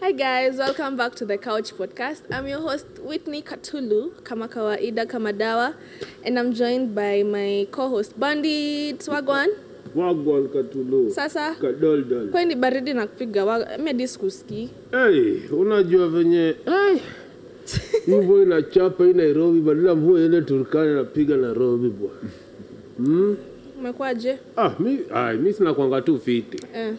Hi guys, welcome back to the Couch Podcast. I'm your host Whitney Katulu, kama kawaida kama dawa, and I'm joined by my co-host Bandit Wagwan. wagwan katulu Sasa kadoldol kwani baridi nakupiga wa- mi hadi sikusikii. hey, unajua venye hey. hivyo inachapa hii nairobi badala mvua ile turkana napiga nairobi bwana mm? Umekuwaje? ah, mi, ay, mi sinakwanga tu fiti Eh,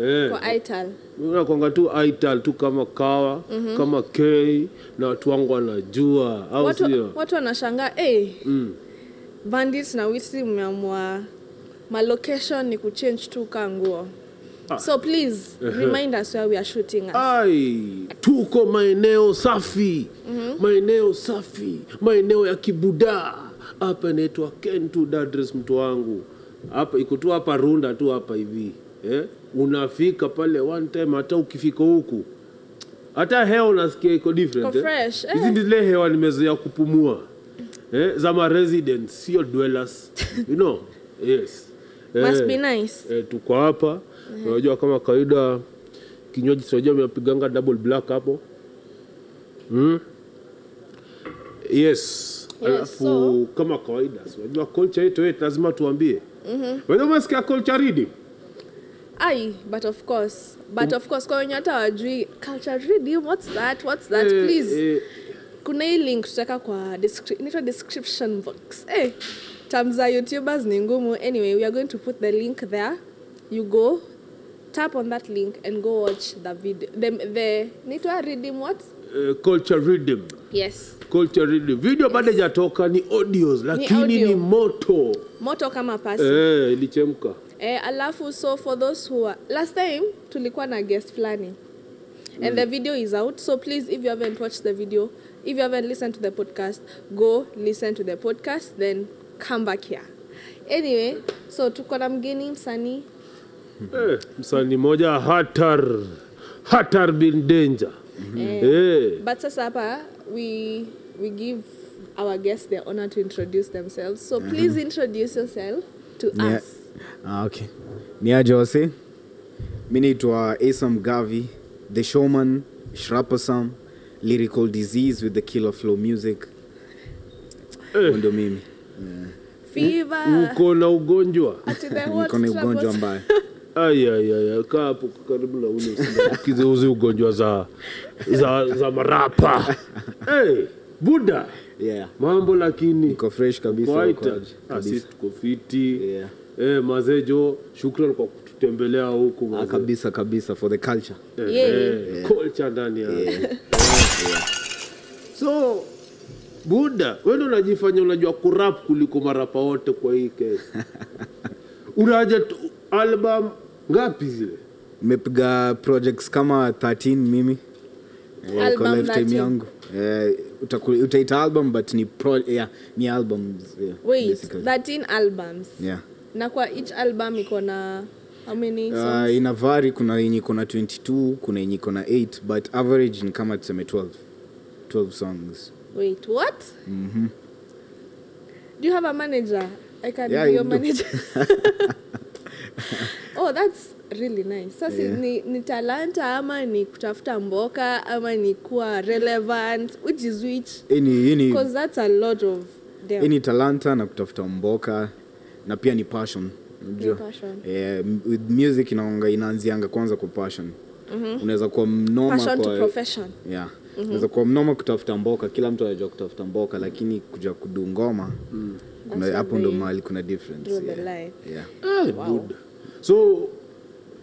eh. kwa Ital. nakwanga tu ital tu kama kawa Mhm. mm-hmm. kama k na watu wangu wanajua au sio Watu, watu wanashangaa hey, Mm. Bandit na Wisi mmeamua ma location ni kuchange tu ka nguo. Ah. So please remind us where we are shooting at. ai tuko maeneo safi Mhm. maeneo safi maeneo ya kibuda hapa inaitwa kentu dadres mtu wangu hapa iko tu hapa runda tu hapa hivi eh? unafika pale one time hata ukifika huku hata hewa unasikia iko different Iko fresh, eh. hizi eh. ndile hewa nimezoea kupumua eh? za maresident sio dwellers you know yes Must Eh. be nice. E, tuko hapa unajua kama kawaida kinywaji sinajua mnapiganga double black hapo mm? yes alafu so- kama kawaida si unajua culture yetu yetu lazima tuambie Mhm. mm-hmm. umesikia culture ridi Aye, but of course, but of course, kwa wenye hata wajui culture reading, what's that, what's that, Eh, please. eh, Kuna hii link tutaweka kwa descri- inaitwa description box. Eh, terms za YouTubers ni ngumu. Anyway, we are going to put the link there. You go, tap on that link and go watch the video. The, the inaitwa reading what? eh, culture rhythm Yes. culture rhythm video bado hajatoka ni audios lakini ni, audio. moto Moto kama pasi. eh, ilichemka Eh, alafu so for those who are last time tulikuwa na guest fulani Mm. and the video is out so please if you haven't watched the video if you haven't listened to the podcast go listen to the podcast then come back here anyway so tuko na mgeni msanii Eh, msanii moja hatar hatar bin danger eh. but sasa hapa we, we give our guests the honor to introduce themselves so Mm-hmm. please introduce yourself to Ni- us Ah, okay. ni aje wase mi naitwa asam gavi the showman shrapasam lyrical disease with the killer flow music eh. Huyo ndo mimi fever uko na ugonjwa Ati the hot niko na ugonjwa troubles. mbaya ayayaya kaa hapo karibu na ule usiambukize uzi ugonjwa za, za, za marapa hey, buda yeah. mambo lakini niko fresh kabisa Kwa uko ita- aje? Ah, kabisa sisi tuko fiti Yeah. Eh, mazee jo shukran kwa kututembelea huku Ah, mazee. kabisa kabisa for the culture Eh, Yeah. eh, culture ndani ya so buda wendo unajifanya unajua kurap kuliko marapa wote kwa hii kesi unaja tu- album ngapi zile nimepiga projects kama 13 mimi Eh, kwa Album lifetime 13. yangu Eh, utaku- utaita album but ni, pro, yeah, ni albums yeah, wait basically. 13 albums yeah. na kwa each album iko na how many songs? Uh, ina vari kuna yenye iko na 22 kuna yenye iko na 8 but average ni kama tuseme 12 12 songs wait what mm-hmm. do you have a manager i can Yeah, be I your do. manager oh that's really nice sasa Yeah. ni, ni talanta ama ni kutafuta mboka ama ni kuwa relevant which is which Hii ni- hii ni- because that's a lot of hii them ni talanta na kutafuta mboka na pia ni passion unajua Ni passion. Eh, m- with music inaonga inaanzianga kwanza kwa passion unaweza kuwa mnoma Mm-hmm. passion to Mm-hmm. kwa profession yeah. unaweza kuwa mnoma kutafuta mboka kila mtu anajua kutafuta mboka lakini kuja kudu ngoma kuna- That's hapo where ndo they mahali kuna difference draw the yeah. line. Yeah. Eh, buda so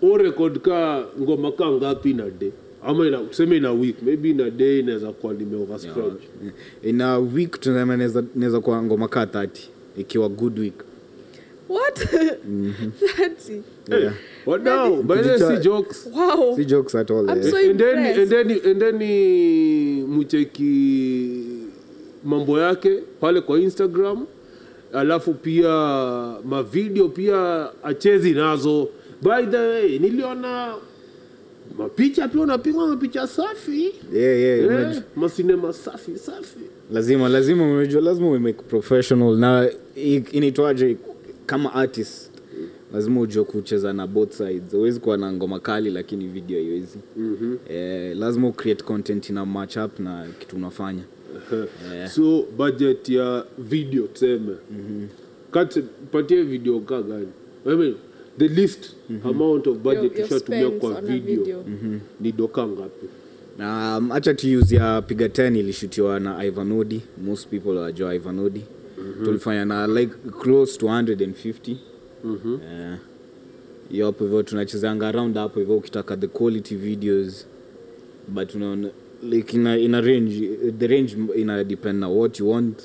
urekod ka ngoma ka ngapi na day ama ina, tuseme ina week maybe ina day inaweza kuwa nimeoverscribe Eh, in a week tunasema naweza naweza kuwa ngoma kaa 30 ikiwa good week what Mm-hmm. 30 Eh, wadau by the way, si jokes wow si jokes at all I'm eh. so endeni impressed. endeni endeni mcheki uh, mambo yake pale kwa instagram alafu pia mavideo pia achezi nazo by the way niliona mapicha pia unapigwa mapicha safi yeah, yeah, eh, unajua- masinema safi safi lazima lazima unajua lazima we make professional na i- inaitwaje kama artist lazima ujue kucheza na both sides huwezi kuwa na ngoma kali lakini video haiwezi Mhm. mm-hmm. eh, lazima ucreate content ina match up na kitu unafanya Eh, so budget ya video tuseme Kati- patie video kaa gani I mean, the least amount of budget Your- your ushatumia spends kwa on a video, video. ni doka ngapi na um, acha tuuse ya piga 10 ilishutiwa na ivanodi most people wajua ivanodi Mhm. mm-hmm. tulifanya na like close to 150 Mhm. mm-hmm. eh, hiyo hapo hivyo tunachezanga around hapo hivyo ukitaka the quality videos but unaona like ina, ina range the range m- ina depend na what you want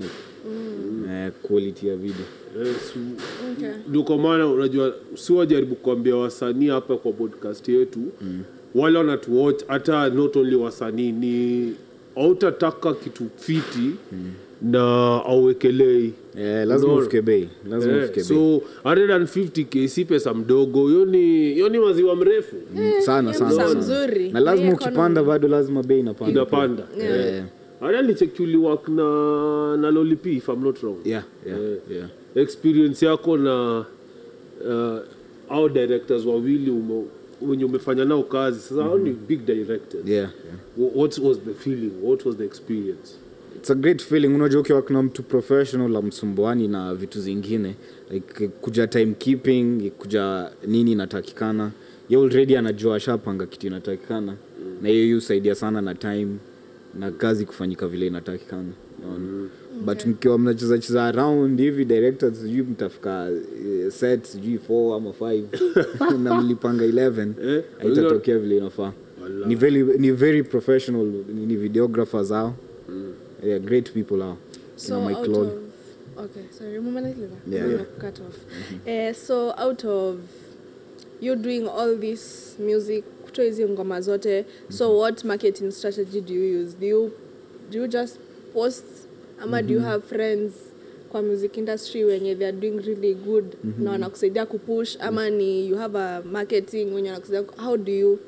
na, mm. eh, quality ya video Yes. Okay. Eh, Ndio kwa maana unajua si wajaribu kuambia wasanii hapa kwa podcast yetu wale wanatuwatch hata not only wasanii ni autataka kitu fiti na auwekelei eh, lazima Unaona? ufike bei lazima Eh, ufike bei so 150k si pesa mdogo hiyo ni hiyo ni maziwa mrefu Mm, sana Eh, sana, mzuri, sana. mzuri. na lazima Ni ukipanda bado lazima bei inapanda inapanda Eh, hata lichekuliwak na na lolipi if I'm not wrong yeah, yeah, yeah. experience yako na uh, au directors wawili ume, wenye umefanya nao kazi sasa hao ni big directors Mm-hmm. Yeah, yeah. Wh- what was the feeling what was the experience It's a great feeling unajua ukiwa kuna mtu professional amsumbuani na vitu zingine like kuja timekeeping kuja nini inatakikana ye already anajua ashapanga kitu inatakikana mm. na hiyo hiyo husaidia sana na time na kazi kufanyika vile inatakikana mm. but okay. mkiwa mnacheza cheza around hivi directors sijui mtafika eh, set sijui 4 ama 5 na mlipanga 11 Eh, haitatokea vile inafaa Wallah. ni very, ni very professional ni ni videographers hao mm. yeah, great people hao So Kina Mike out Lord. of okay, sorry, momentarily Yeah, I'm yeah. Mm-hmm. gonna cut off. Eh, so out of you doing all this music, kutoa hizi ngoma zote, so Mm-hmm. what marketing strategy do you use? Do you do you just post ama do you Mm-hmm. have friends kwa music industry wenye they are doing really good Mm-hmm. na wanakusaidia kupush ama ni you have a marketing wenye wanakusaidia ku- how do you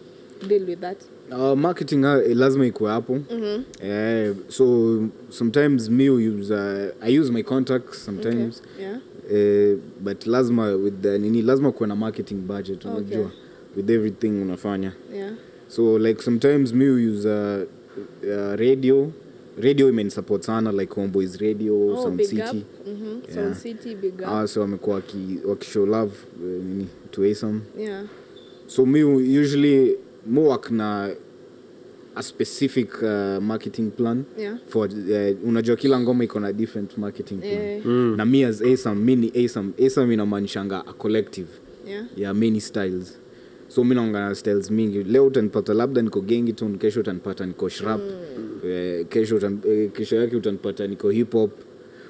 deal with that? Uh, marketing uh, lazima ikuwe hapo mm-hmm. uh, so sometimes me use, uh, i use my contacts sometimes Okay. Yeah. okay. uh, but lazima with the, nini lazima kuwe na marketing budget Okay. unajua with everything unafanya Yeah. so like sometimes me use uh, uh, radio radio imenisupport sana like homeboys radio Oh, sound big city up. Mhm. Yeah. Sound City big up. Ah, so wamekuwa waki- wakishow love uh, nini to Asam. yeah. So me usually mo work na a specific uh, marketing plan Yeah. for uh, unajua kila ngoma iko na different marketing plan. Eh. Na mi as Asam, mi ni Asam. Asam inamanishanga a collective Yeah. ya many styles so mi naongana na styles mingi leo utanipata labda niko gengi tone kesho utanipata niko shrap mm. eh, kesho, utan, eh, kesho yake utanipata niko hip hop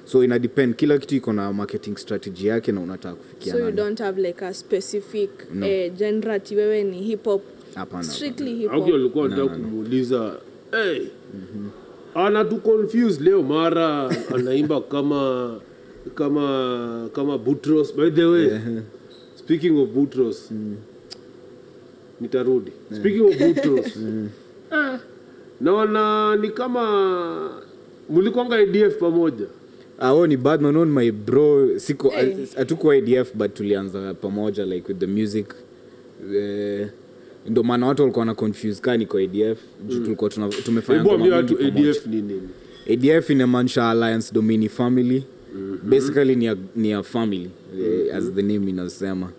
so ina depend kila kitu iko na marketing strategy yake na unataka kufikia so you nani. don't have like a specific No. eh, genre ati wewe ni hip hop Hapana, strictly hip au hop alikuwa nataka kumuuliza hey, anatu confuse leo mara anaimba kama kama kama Butros by the way speaking of Butros Mm. nitarudi speaking of Butros Mm. eh, naona ni kama mlikwanga ADF pamoja Ah, wewe ni badman wewe ni my bro siko Hey. hatukuwa adf but tulianza pamoja like with the music eh, ndo maana watu walikuwa na confuse kaa niko adf juu tulikuwa tuna- tumefanya hebu ngoma ambia watu mingi pamoja. ADF ni nini adf inamaanisha alliance domini family mm-hmm. basically ni a, ni a family mm-hmm. as the name inasema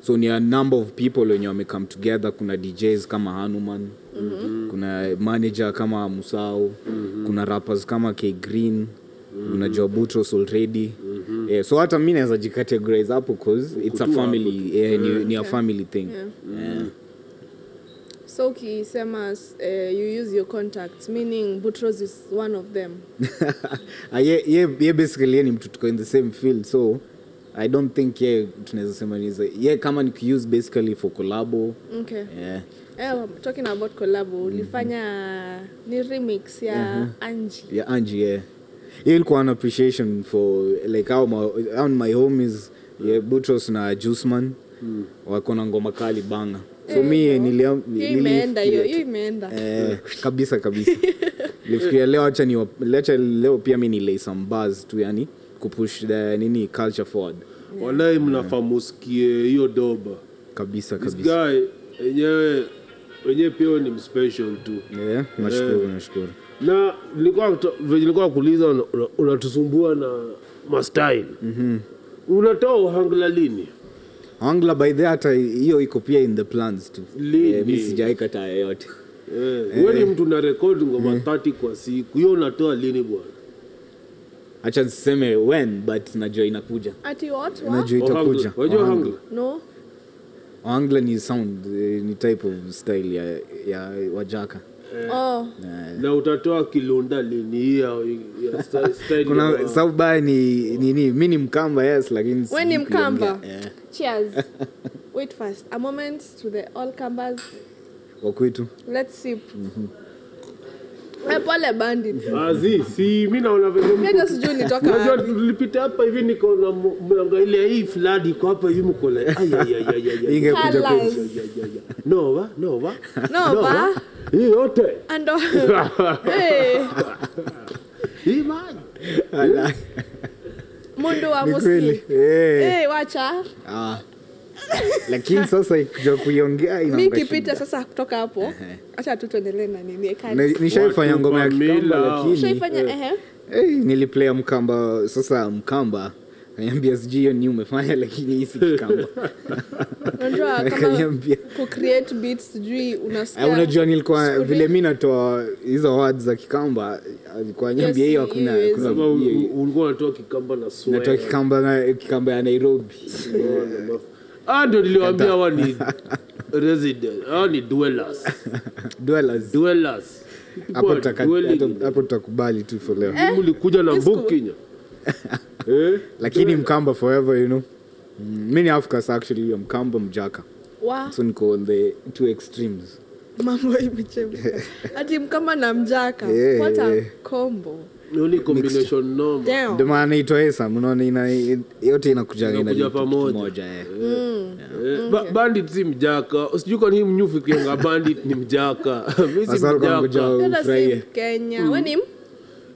so ni a number of people wenye wamecome together kuna djs kama hanuman mm-hmm. kuna manager kama musao mm-hmm. kuna rappers kama k green mm-hmm. unajua butros already mm-hmm. yeah, so hata mi naweza jicategorize hapo cause it's a Kutua family yeah, ni, ni a family thing Yeah. yeah. so ukisema s- eh, you use your contacts meaning butros is one of them Ah, ye, ye, ye basically ye ni mtu tuko in the same field so i don't think ye tunaweza sema niza ye kama nikiuse basically for collabo okay yeah. eh, talking about collabo ulifanya ni remix ya Uh-huh. anji yeah, anji yeah. ye ilikuwa an appreciation for like how my, how my homies yeah, Mm. butros na jusman mm. wako na ngoma kali banga so mi niliam- hiyo Eh, imeenda hiyo nilifikiria hiyo tu- imeenda Eh, kabisa kabisa nilifikiria leo acha niwa- acha leo pia mi nilei some bars tu yani kupush the nini culture forward walai mnafaa musikie hiyo doba kabisa this kabisa guy enyewe wenyewe pia ni mspecial tu yeah, nashukuru nashukuru na nilikuwa kuto- venye nilikuwa kuuliza una- una- unatusumbua na mastyle Mhm. mm-hmm. unatoa uhangla lini angla by the hata hiyo iko pia in the plans tu Lini? Eh, mi sijaikataa yoyote Eh, wewe ni mtu na rekodi ngoma Mhm. 30 kwa siku hiyo unatoa lini bwana hacha niseme when but najua inakuja Ati what? What? najua itakuja Ohangla. Unajua Ohangla. ohangla? No. Ohangla ni sound eh, ni type of style ya, ya wajaka Eh, Oh. na utatoa kilunda lini hii ya- ya sta- style kuna ya- sauba ni nini mi ni mkamba yes lakini When sijui in Kamba. kuongea. Eh, Cheers. Wait first. A moment to the all Kambas. wa kwetu Let's sip. Mm-hmm. Eh, pole bandit. Aziz, si mi naona venye mko- Mimi hata sijui nitoka Unajua wapi. tulipita hapa hivi niko na mu- mwangalia hii flood iko hapa hivi mko like, "Ai, ai, ai, ai, ai, ai." ingekuja Colours. kwetu Ya, ya, ya, ya. No, wa? No, wa? No, No, wa? ba. Hii yote. Ando. Hey. Hii maji. Ala, Mundu wa ni kweli musi. Eh, Hey, wacha. ah. lakini sasa ikija kuiongea Mi inakuwa kipita shida. sasa kutoka hapo. Acha tu tuendelee na nini. I can't. Na- nishaifanya Watu ngoma ya kikamba pamila. lakini Ushaifanya ehe. Eh, niliplaya mkamba sasa mkamba kaniambia sijui hiyo ni umefanya lakini hii si kikamba Unajua kama kaniambia ku create beats sijui unasikia. Eh, unajua nilikuwa Sijui. vile mi natoa hizo words za kikamba alikuwa nyambia hiyo hakuna hiyo hakuna Kama u- hiyo- hiyo. u- ulikuwa unatoa kikamba na swear. natoa kikamba na kikamba ya nairobi Ah, ndio niliwaambia hawa ni resident. Hawa ni dwellers. Dwellers. Dwellers. Hapo Kwa tutaka- dwelling. Eh, hapo- hapo tutakubali tu for leo Mimi ulikuja na Isco. mbukinya. Eh? lakini mkamba forever you know Mm, mi ni afcas actually hiyo mkamba mjaka Wa. so niko on the two extremes mambo imechemka ati mkama na mjaka Yeah, what a yeah. combo Hiyo ni combination noma. Damn. ndio maana naitwa esam unaona ina yote inakuja Inakuja pamoja. Eh, ba- bandit si mjaka sijui kwani hii mnyufu ikianga bandit ni mjaka mi si mjaka Dada si ufurahie Mkenya. Mm. We ni-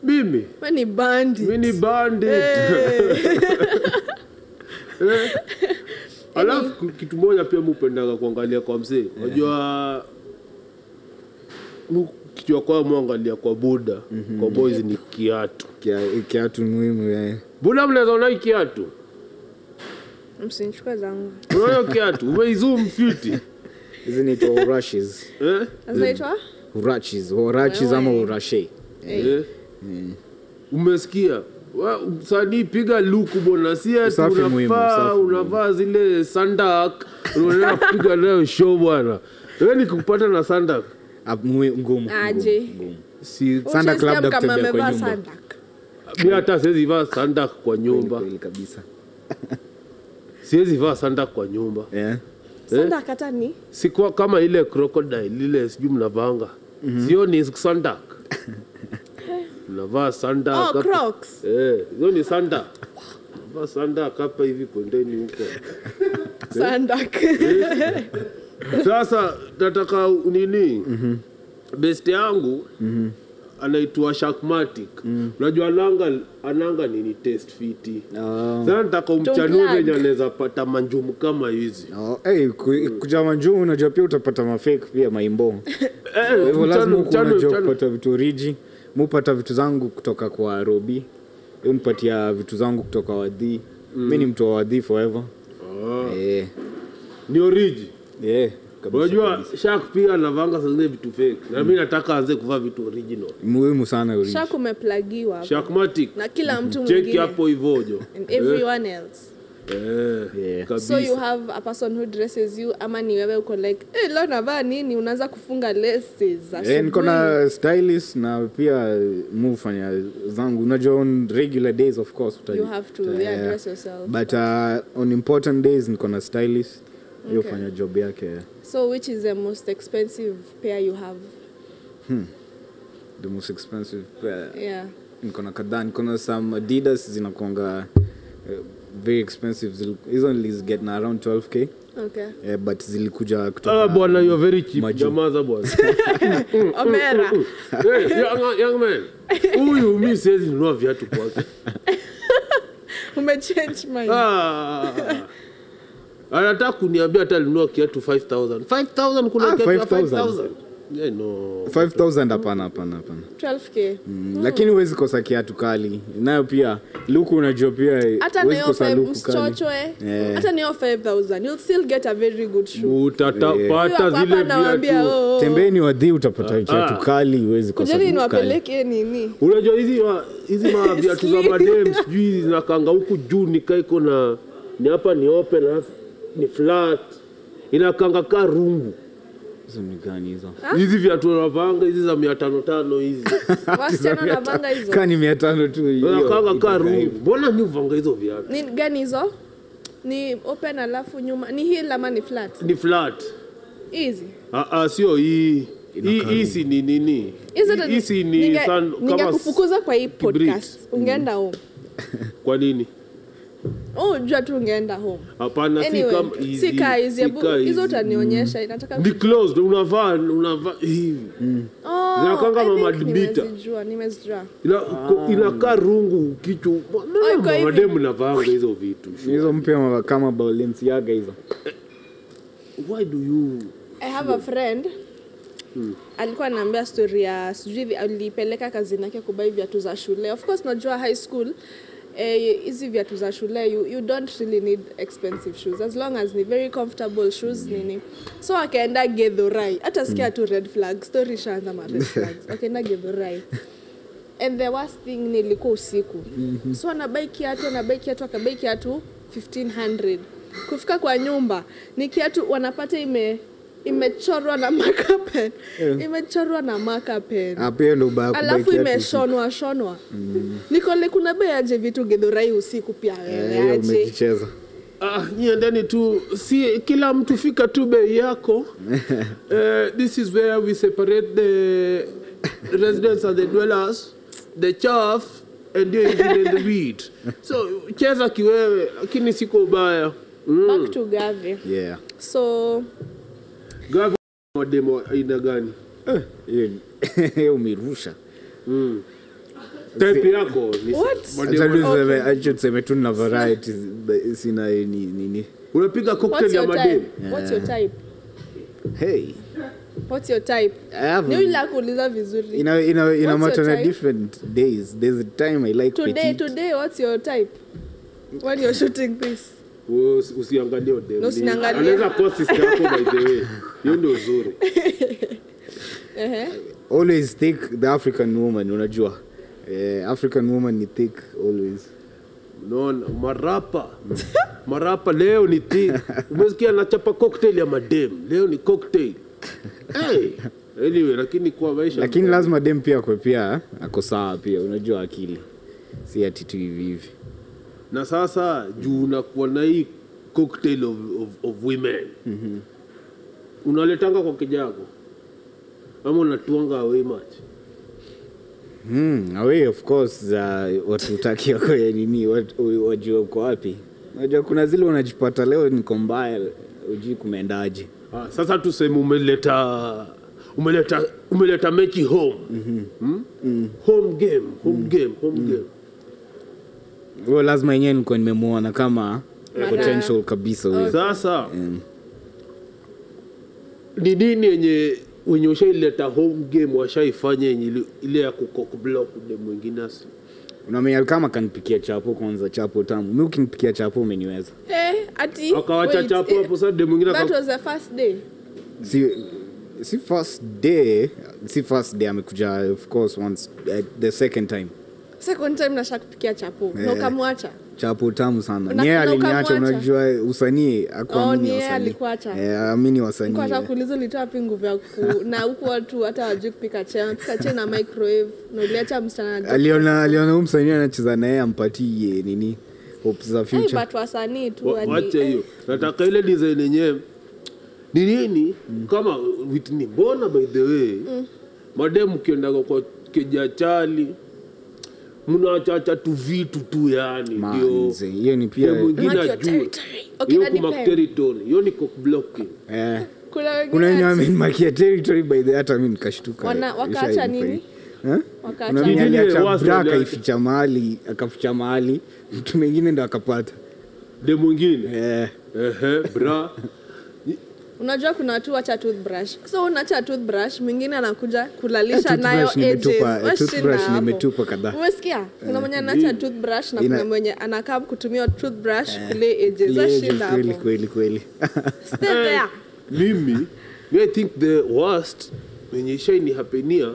mimi we ni bandit. mi ni bandit Eh, alafu ku- kitu moja pia mupendaga kuangalia kwa msee najua kichwa kwao mwangalia kwa buda Mhm. kwa boys ni kiatu Kia- kiatu muhimu eh. buda mnaweza ona hii kiatu Msinichukue zangu unayo kiatu umeizum fiti hizi ni kwa urashes eh? Mm. Zinaitwa? urachis urachis ama urashe Eh. Mm. umesikia Wa- msanii piga luku bona si ati Usafi muhimu, unavaa usafi muhimu. unavaa zile sandak unaendelea kupiga nayo show bwana we nikupata na sandak ngumu Aje. si Sandak Ushasikia labda kama kutembea kwa amevaa nyumba. sandak. mi hata siwezi vaa sandak kwa nyumba kweli kabisa siwezi vaa sandak kwa nyumba yeah. Eh? Sandak hata ni sikuwa kama ile crocodile ile sijui mnavanga Mhm. sio ni sandak mnavaa sandak Ah, Oh, hapo. Crocs. eh, hiyo ni sandak vaa sandak hapa hivi kwendeni huko Eh? sandak sasa nataka nini Mhm. best yangu anaitwa shakmatic Mhm. unajua ananga ananga nini test fiti Oh. sasa nataka umchanue plug. venye anaweza pata manjumu kama hizi No, hey, ku, kuja manjuu unajua pia utapata mafake pia maimbo Eh, kwa hivyo lazima mchanue, ukuwa mchanue, unajua mchanue. kupata vitu riji mupata vitu zangu kutoka kwa robi unipatia vitu zangu kutoka wadhi mi ni mtu wa wadhi forever Ah, Eh, ni oriji eh, kabisa. unajua shak pia anavanga sazingine vitu fake na mi nataka aanze kuvaa vitu original muhimu sana oriji. shak umeplagiwa hapo. shakmatic na kila mtu cheki mwingine hapo Eh, hivojo and Eh? everyone else Yeah. so you have a person who dresses you ama ni wewe uko like hey, leo navaa nini unaanza kufunga laces Eh, niko asubuhi." na stylist na pia mufanya zangu unajua on regular days of course uta- You have to, uta- yeah, eh, dress yourself. but uh, on important days niko na stylist hiyo Okay. fanya job yake so which is the most expensive pair you have the most expensive pair. yeah niko na kadhaa niko na some adidas zinakuanga eh, very expensive Zil- hizo niliziget na around 12k okay eh, but zilikuja kutoka Ah, bwana you're very cheap Maju. jamaza bwana Mm, omera Hey, mm. young, young man huyu mi siwezi nunua viatu kwake umechange mind. Ah. anataka kuniambia hata alinunua kiatu 5000 5000 kuna Ah, kiatu ya 5,000. 5000 yeah, no 5000 hapana hapana hapana 12k Mm, lakini huwezi kosa kiatu kali nayo pia luku unajua pia hata huwezi kosa nayofe luku kali msichochwe Eh. hata nayo 5000 you'll still get a very good shoe utapata Huyo hapa zile nawaambia, viatu oh, oh. tembeni wadhi utapata Ah. kiatu kali huwezi kosa kujeni luku kali. niwapeleke nini unajua hizi ma- hizi ma viatu za madem sijui hizi zinakanga huku juu nikaiko na ni hapa ni open alafu ni flat inakanga ka rungu Hizo ni gani hizo? Ah? hizi viatu wanavanga hizi za mia tano tano hizi wasichana navanga hizo Kaa ni mia tano tu hiyo, nakanga ka itakaa rungu hivyo. mbona mi uvanga hizo viatu ni gani hizo ni open alafu nyuma ni heel ama ni flat ni flat easy Ah, ah, sio hii hii hii si ni nini hizo Hii- hii si ni san- kama s- ningekufukuza kwa hii kibrit. podcast Mm. ungeenda home kwa nini oh jua tu ungeenda home hapana si kama anyway hizi, si kaa si hizi hebu- kaa hizi. hizo utanionyesha inataka ni closed unavaa unavaa hivi Oh, Zinakanga I think mamadubita. nimezijua, nimezijua. Ina- ko- inakaa rungu kichwa Ai, kwa hivi. mademu navaanga hizo vitu hizo mpya ma- kama balenciaga hizo why do you I have a friend Hmm. alikuwa anaambia stori ya sijui vi- alipeleka kazini yake kubai viatu za shule of course najua high school eh, hizi viatu za shule you, you don't really need expensive shoes as long as ni very comfortable shoes nini so akaenda gedhorai hata Hmm. sikia tu red flag story ishaanza ma red flags akaenda gedhorai and the worst thing nilikuwa usiku Mhm. mm-hmm. so anabai kiatu anabai kiatu akabai kiatu 1500 kufika kwa nyumba ni kiatu wanapata ime imechorwa na makapen Eh. Ah, imechorwa na makapen hapo hiyo ndo ubaya kubaya alafu kiatu. imeshonwa shonwa Mm. nikole kuna bei aje vitu gedhorai usiku pia Eh, wewe hiyo aje umejicheza ah, nyendeni tu si kila mtu fika tu bei yako Eh, this is where we separate the residents and the dwellers the chaff and the, and the weed so cheza kiwewe lakini siko ubaya mm. back to gavi yeah so gavi mademo aina gani Eh, hiyo- hiyo umerusha mm. type yako ni What? mademu- Acha niseme- acha tuseme tu na varieties but sina ni- nini unapiga what's cocktail ya your type mademu what's Eh. your type hey what's your type I have ni ule akuuliza vizuri ina ina ina What's matter your na type? different days there's a time i like today petite. today what's your type when you're shooting this Usi- usiangalie udemu. Na usiniangalie. Anaweza kuwa sister yako by the way hiyo ndio uzuri uh-huh. always take the african woman unajua eh, african woman ni thick always unaona marapa marapa leo ni ti umesikia anachapa cocktail ya madem leo ni cocktail hey. anyway lakini kwa maisha lakini lazima dem pia akwe pia eh, ako sawa pia unajua akili si ati tu hivi hivi na sasa juu unakuwa na hii cocktail of, of, of women mm-hmm. unaletanga kwa kijago ama unatuanga way much mm, away of course za uh, watu utaki wako ya nini wat- u- wajue uko wapi unajua kuna zile unajipata leo niko mbaya ujui kumeendaje Ah, sasa tuseme umeleta umeleta umeleta mechi home mm-hmm. hmm? mm. home game home mm. game home mm. game huyo lazima yenyewe nilikuwa nimemwona kama Maana- potential kabisa Oh, Mm. huyo sasa ni nini yenye wenye ushaileta home game washaifanya yenye ili- ile ya kukokblok de mwingine asi unamenya kama kanipikia chapo kwanza chapo tamu mi ukinipikia chapo umeniweza Eh, ati akawacha wait, chapo eh, hapo sasa de mwingine that aka- was the first day si si first day si first day amekuja of course once uh, the second time second time nasha kupikia chapo na Eh. ukamwacha chapo tamu sana Una- nyee na aliniacha ukamwacha. unajua usanii Oh, akuamini ni yeye wasanii. alikuacha. Eh, amini wasanii kwata kuuliza ulitoa wapi nguvu ya ku na huku watu hata wajui kupika chai pika chai na microwave na uliacha msichana na- aliona aliona huyu msanii anacheza naye ampatie nini hopes za Eh, future but wasanii tu Wa- yani, eh, wacha hiyo nataka ile design yenyewe ni nini kama witni mbona by the way mademu mkiendaga kwa kijachali mnachacha tu vitu tu yani Man, ndio mzee, hiyo ni de pia Mark mwingine your ajue territory. Okay, hiyo na nipe. kumark territory hiyo ni cockblocking eh, kuna kuna wengine wenye amenimakia territory by the hata mi nikashtuka Wana- wakaacha Ishainifai. nini? Eh? Wakaacha. Kuna mwenye Jijini aliacha wasi bra waliacha. akaificha mahali akaficha mahali mtu mwingine ndo akapata de mwingine eh. ehe bra unajua kuna watu wacha toothbrush so unacha toothbrush mwingine anakuja kulalisha Eh, nayo toothbrush nimetupa- eh, edges. toothbrush Washinda hapo. nimetupa kadhaa. Eh, umesikia kuna mwenye anacha toothbrush na kuna Ina- mwenye anakaa kutumia toothbrush kule edges Leo washinda kweli hapo kweli kweli stay Eh. there mimi mi i think the worst wenye ishainihapenia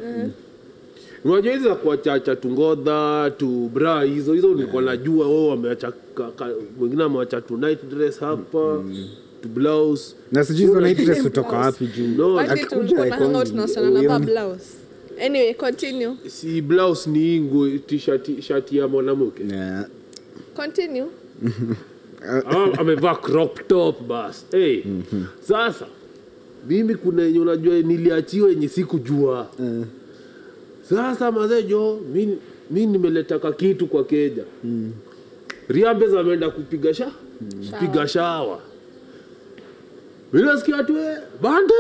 unajua hizi za kuachacha tungodha tu bra hizo hizo nilikuwa najua wao wameacha ka- ka- wengine ameacha tu night dress hapa tu blouse na sijui hizo Una- night dress hutoka wapi juu No, Wakati Ak- tulikuwa uja- na hangout ikoni- tunasonana uione. pa blouse anyway continue si blouse ni ingu tishati shati ya mwanamke Yeah. continue Ah, amevaa crop top bas hey. sasa mimi kuna yenye unajua niliachiwa yenye sikujua sasa mazee jo mi, mi nimeleta ka kitu kwa keja mm. riambez ameenda kupiga sha kupiga shawa minasikia tu "Eh, bande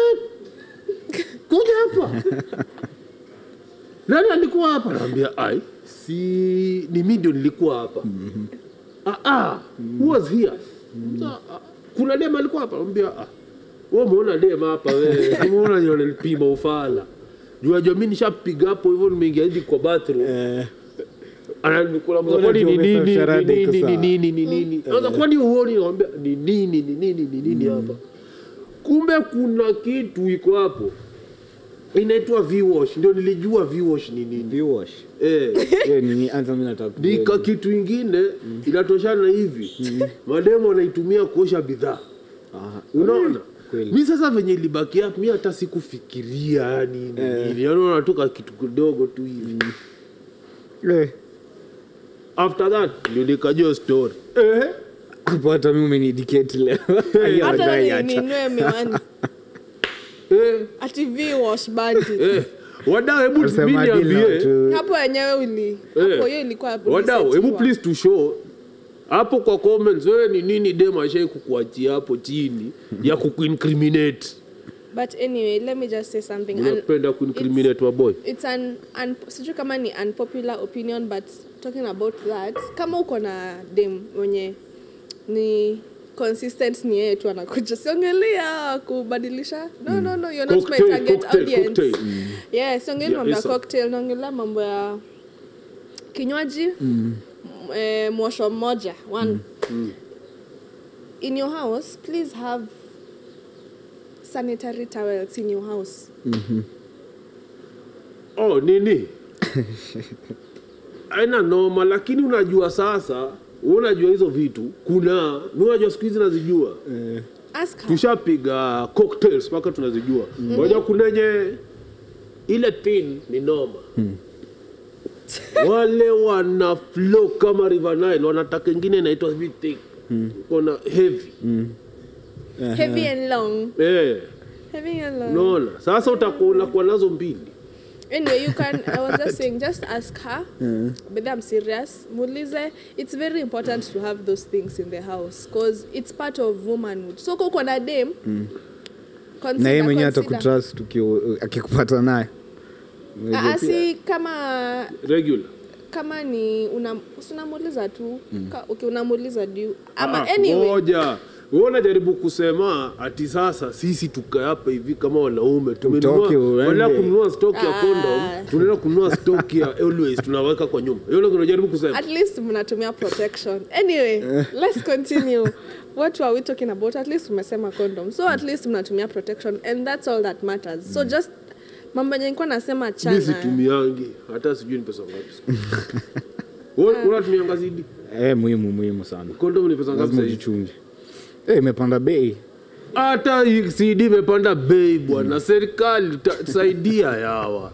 kuja hapa nani alikuwa hapa naambia ai si ni mi ndio nilikuwa hapa ah, ah, who was here Sa- ah, kuna dem alikuwa hapa ambia ah, we umeona dem hapa wewe umeona nyo nilipima ufala juu ajua mi nishapiga hapo hivyo nimeingia hadi kwa bathroom Eh. ananikulaumu, Mbona kwani ni ndio nini, ni umesafisha radi nini, kusaa? ni nini, ni nini? Sasa kwani huoni naambia ni nini ni nini ni nini hapa kumbe kuna kitu iko hapo inaitwa vwash ndio nilijua vwash ni nini Viwash. eh Hiyo ni ni- anza mimi nataka kujua. dika kitu ingine inatoshana hivi mademu anaitumia kuosha bidhaa Aha. unaona Kweli. mi sasa venye libaki hapo mi hata sikufikiria yani nini, nini yani natoka kitu kidogo tu hivi Eh. after that ndio nikajua story eh. Hapo hata mimi umenidictate leo. Hiyo hata nadai ni- acha. ninue miwani eh. ati vwash bandi eh. wadau hebu Nasema mi deal na niambie watu- hapo wenyewe uli Eh. hapo hiyo ilikuwa wadau hebu reset please to show hapo kwa comments wewe ni nini dem ashai kukuachia hapo chini ya kukuincriminate But anyway, let me just say something. And unapenda kuincriminate waboy it's an, un, sijui kama ni unpopular opinion but talking about that kama uko na dem mwenye ni consistent ni yeye tu anakuja siongelea kubadilisha no no no you're not Cocktail, my target cocktail, audience cocktail. yeah siongelea Yeah, mambo ya yes, sir. cocktail naongelea mambo ya kinywaji Mm. m- eh, mwosho mmoja one in your house please have sanitary towels in your house oh nini aina noma lakini unajua sasa wewe unajua hizo vitu kuna mi unajua siku hizi nazijua ask her tushapiga cocktails mpaka tunazijua Mm. unajua kuna kunenye ile pin ni noma Hmm. wale wana flow kama river nile wanataka ingine inaitwa hivi thick Hmm. kona heavy heavy and long eh heavy and long unaona sasa utakuwa unakuwa nazo mbili anyway you can i was just saying just ask her Mm. but i'm serious mulize it's very important to have those things in the house because it's part of womanhood so kuko na dem consider- Mm. na yeye mwenyewe hata consider. kutrust uki- akikupata naye Ah, ah, si kama regular kama ni una- si unamuuliza tu Mm. Ka- uki- unamuuliza du ama Ah, anyway ngoja wewe unajaribu kusema ati sasa sisi tukae hapa hivi kama wanaume Utoke tumenunua uende. badala ya kununua stock ya Ah. condom tunaenda kununua stock ya always tunaweka kwa nyumba hiyo ndio unajaribu kusema at least mnatumia protection anyway let's continue what were we talking about at least umesema condom so at least mnatumia protection and that's all that matters Mm. so just mambo yenye nilikuwa nasema mimi chana situmiangi hata sijui ni pesa ngapi wewe unatumia ngazidi Eh, muhimu muhimu sana condom ni pesa ngapi sasa lazima hivi? ujichunge Eh, imepanda bei hata hii CD imepanda bei bwana serikali ta- saidia yawa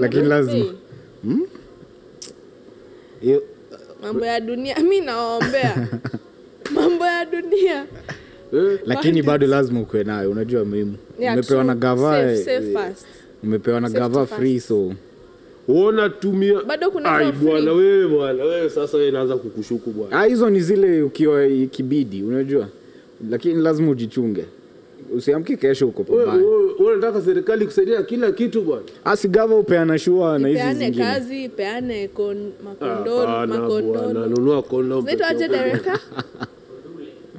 lakini lazima hiyo mambo ya dunia mi nawaombea mambo ya dunia eh lakini bado lazima ukuwe nayo unajua muhimu Yeah, umepewa na true. gava Save- eh, save fast. umepewa na Safety gava first. free so uona tumia Bado kuna ai free. bwana wewe bwana wewe sasa wewe inaanza kukushuku bwana Ah, hizo ni zile ukiwa ikibidi unajua lakini lazima ujichunge usiamke kesho uko We- pabaya we- we wewe unataka serikali kusaidia kila kitu bwana asigava upeana shua na hizi ipeane zingine kazi ipeane kon, makondolo Hapana bwana, makondolo nunua kondomu peke zinaitwaje yako.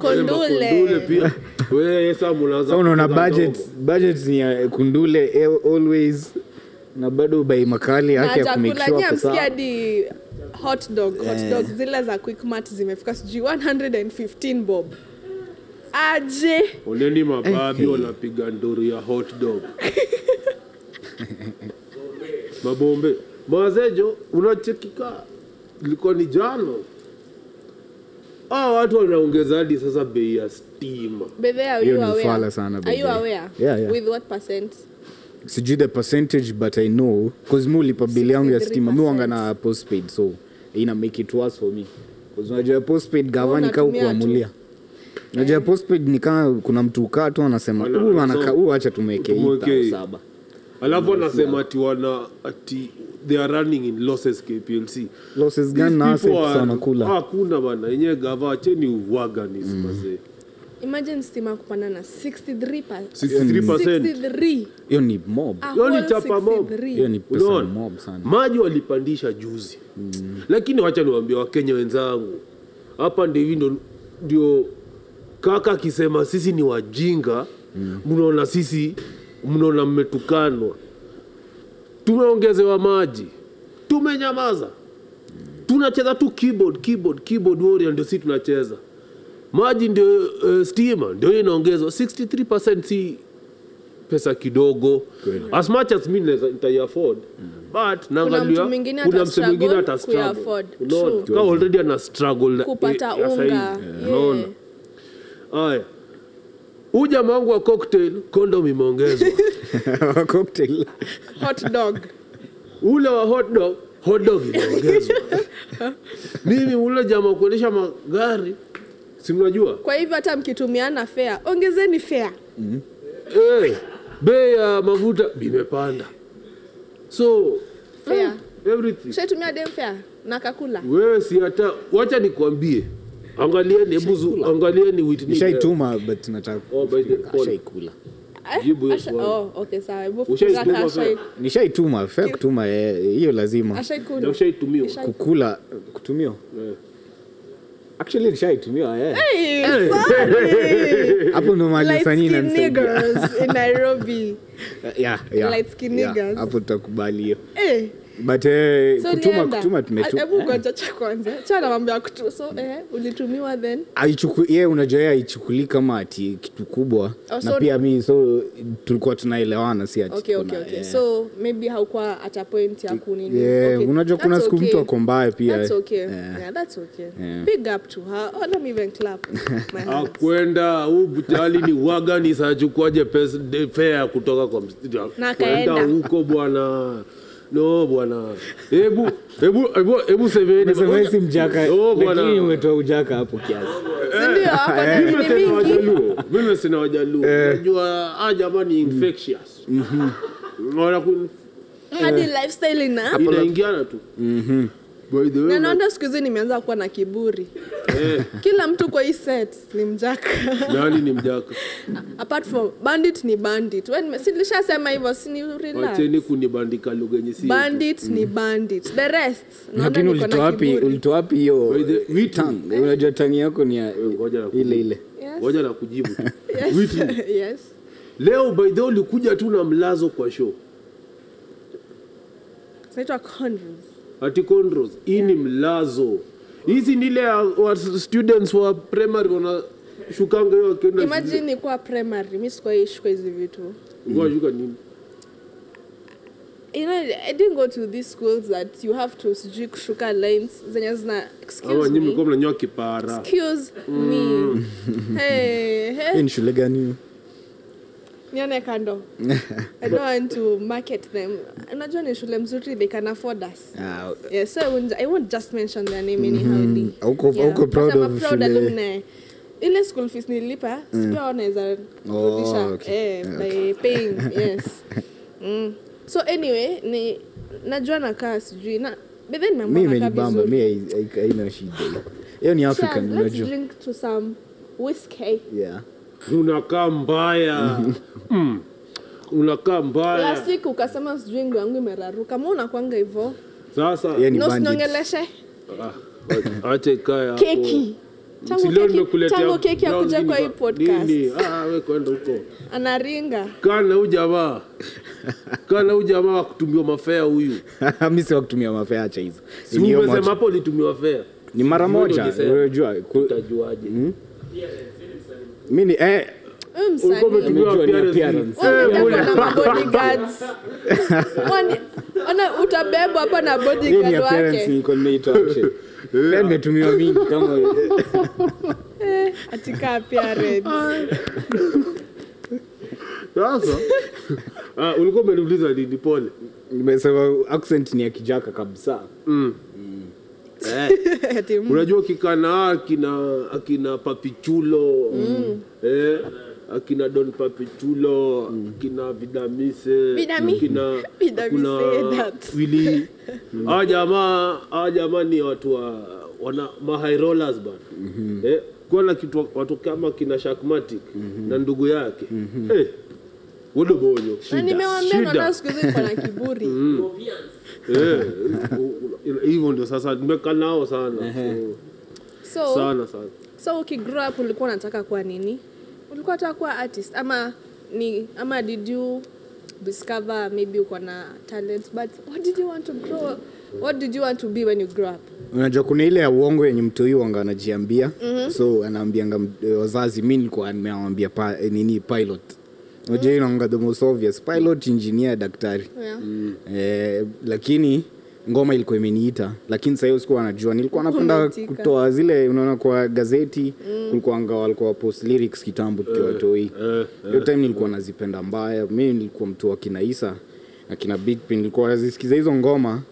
director Wale kondule makondole pia wewe sasa mnaanza Sasa unaona kuuza budget ndogo. budget ni ya kundule eh, always na bado bei makali na yake ya kumake chakula sure nyia pesa- Eh. msikia hadi hot dog hot dog zile za quickmart zimefika sijui 115 bob aje Oneni mababi wanapiga nduru ya hot dog. Mabombe. Mawazejo unachekika ilikuwa ni jano. Ah, watu wanaongeza hadi sasa bei ya stima. bedhe are Hiyo you ni aware ufala sana, are you bedhe. aware Yeah, yeah. with what percent sijui the percentage but i know bause mi ulipa bili yangu ya stima mi 63%. wanga na postpaid so ina make it worse for me 'Cause unajua ya postpaid gava ni kaa unatumia tu. Eh. kuamulia unajua ya postpaid ni kaa kuna mtu ukaa tu anasema Ana- "Huu anaka- so- huu acha tumweke hii tumweke tao hii." saba Alafu wanasema ati wana ati they are running in losses KPLC. losses gani These na people assets are- Ah. wanakula Mm. Hakuna bana, yenyewe gava cheni uwaganism mazee. imagine stima kupanda na 63 pa- 63%. 63 hiyo ni mob A Hiyo ni whole chapa mob. 63. hiyo ni pesa Unaona? mob sana maji walipandisha juzi mm. lakini wacha niwaambia wakenya wenzangu hapa ndio hivi ndo- ndio kaka akisema sisi ni wajinga Mm. mnaona sisi mnaona mmetukanwa tumeongezewa maji tumenyamaza tunacheza tu keyboard keyboard keyboard warrior ndio si tunacheza maji ndio uh, stima ndio hiyo inaongezwa 63 si pesa kidogo as much as mi naweza- nitai afford but naangalia mtu mwingine kuna ata mtu mwingine struggle ata kuya-afford. Unaona? True. Ka already ana struggle na- kupata eh, ya sahihi. unga Unaona? Aya. Huu jamaa wangu wa cocktail condom imeongezwa cocktail hot dog ule wa hot dog hot dog imeongezwa mimi ule jamaa wa kuendesha magari si mnajua kwa hivyo hata mkitumiana fea ongezeni fea eh, bei ya mafuta imepanda so fea Hmm. everything shetumia dem fea na kakula wewe si hata wacha nikwambie angalieni hebu zu- angalieni Whitney nishaituma but nataka Oh, by the- kufikiria, ashaikula Eh, Jibu hiyo asha- swali. oh, okay, sawa. Hebu Ushaikula fikiria fea? ashai- nishaituma fea kutuma eh, hiyo lazima Bell. Na ashaikula. ushaitumiwa kukula kutumiwa Eh. actually nishaitumiwa eh. Hey, sorry. hapo ndo mali Light sanii skin inanisaidia niggas in Nairobi. Yeah, yeah, Light skin yeah. niggas. hapo tutakubali hiyo Eh, but eh, so kutuma ulienda. kutuma Eh? Ah, hebu tumetuma ngoja cha kwanza cha namwambia kutu so eh, ulitumiwa then aichuku ye unajua ye aichukulii kama ati kitu kubwa Oh, na so- pia mi so tulikuwa tunaelewana si ati okay, kuna- okay, okay. eh. so maybe haukuwa at a point ya kunini Yeah, okay. unajua kuna That's siku mtu okay. ako mbaya pia That's okay. Eh. Yeah. that's okay. Yeah. Big up to her. Oh, let me even clap. My Ah, hands. akwenda huu butali ni waga ni sachukuaje pesa de- fare kutoka kwa Na msitu- akaenda. kwenda huko bwana no bwana hebu hebu hebu hebu semeni Umesema si no mjaka lakini Oh, bwana umetoa ujaka hapo kiasi Sindio? Eh. Hapo na mimi nini tena mingi. wajaluo mimi sina wajaluo unajua ah jamani Mm-hmm. infectious unaona ku- Eh. Hadi lifestyle ina. inaingiana tu Mm-hmm. by the Na way naona siku hizi nimeanza kuwa na kiburi. eh, Kila mtu kwa hii set ni mjaka. nani ni mjaka Apart from bandit ni bandit. When silishasema hivyo si ni relax. wacheni kunibandika lugha yenye si Bandit ni Mm. bandit. The rest naona lakini niko ulitoa na wapi kiburi. ulitoa wapi hiyo By the- eh, vitu. tang unajua tangi yako ni ya- Ngoja na kujibu. ile ile Yes. ngoja na kujibu tu. Yes. Whitney, Yes. leo by the way ulikuja tu na mlazo kwa show Zinaitwa condoms. ati condos hii ni mlazo hizi ni ile ya wa students wa primary wanashukanga hiyo wakienda Imagine ni kwa primary, mimi sikuwahi kwa hizi vitu. washuka nini you know, I didn't go to these schools that you have to sijui kushuka lines zenye zina ama excuse nyinyi me, mlikuwa Mm. mnanyoa kipara excuse me. Hey, Hiyo hey. ni shule gani hiyo? Nione kando. I don't want to market them. Unajua ni shule mzuri they can afford us. Ah, Yeah, so I won't, I won't just mention their name anyhowly. Hauko- hauko but Mm-hmm. proud I'm a of proud shule. Mm. alumni. Ile school fees nilipa, sipia wanaweza Oh, rudisha okay. eh, by paying, yes. Mm. So anyway, ni najua nakaa sijui na but then mi nimeamua nakaa imenibamba mi vizuri. hai- hai- haina shida hiyo. hiyo ni Cheers, african let's unajua drink to some whiskey. Yeah. unakaa mbaya mm. unakaa mbaya last week ukasema sijui nguo yangu imeraruka ma unakwanga hivo sasa Yeye ni na bandit. usinongeleshe Ah, acha ikae hapo. keki Tangu Si leo keki- nimekuletea tangu keki ya brownies kuja kwa hii nini? podcast Nini? Ah, we kwenda huko anaringa kaa na huyu jamaa kaa na huyu jamaa wa kutumiwa mafea huyu mi si wa kutumia mafea acha hizo si Ni hiyo umesema moja. hapo ulitumiwa fea ni mara Wewe ndio moja Hmm? ulisema. unajua ku- utajuaje mi ni eh, Huyu ulikuwa msanii umetumiwa Amejua ni appearance. appearance. Eh, Utakuwa bure. na mabodyguards. Kwani- ona utabebwa hapa na hii ni bodyguard appearance wake ni coordinator action Pia Yaani nimetumiwa mingi kama katika appearance Eh, sasa ah, ulikuwa umeniuliza nini pole Hmm. nimesema accent ni ya kijaka kabisa Ati m- unajua ukikana akina akina papichulo Hmm. eh, akina don papichulo Hmm. akina vidamise Vidami- akina Vidamise, kuna that. wili Mm-hmm. hawa jamaa hawa jamaa ni watu wa wana mahairolas bana Mm-hmm. eh, kuwa na kitu watu kama kina shakmatic Mm-hmm. na ndugu yake eh, wodobonyo na nimewambia Shida. Mm. naona siku hizi niko na kiburi Eh, u- u- hivyo ndio sasa nimekaa nao sana so, so sana sana so ukigrow up ulikuwa unataka kuwa nini ulikuwa unataka kuwa artist ama ni ama did you discover maybe uko na talent but what did you want to grow what did you want to be when you grow up unajua kuna ile ya uongo yenye mtu huyu wanga anajiambia mm-hmm. so anaambianga m- eh, wazazi mi nilikuwa nimewambia pa, eh, nini pilot unajua mm. the most obvious pilot engineer daktari yeah. eh, lakini ngoma ilikuwa imeniita lakini sahio sikuwa najua nilikuwa napenda Umeitika. kutoa zile unaona kwa gazeti mm. kulikuanga walikuwa post lyrics kitambo tukiwatoi eh, hiyo time nilikuwa nazipenda mbaya mi nilikuwa mtu wa kinaisa na kina big pin nilikuwa nazisikiza hizo ngoma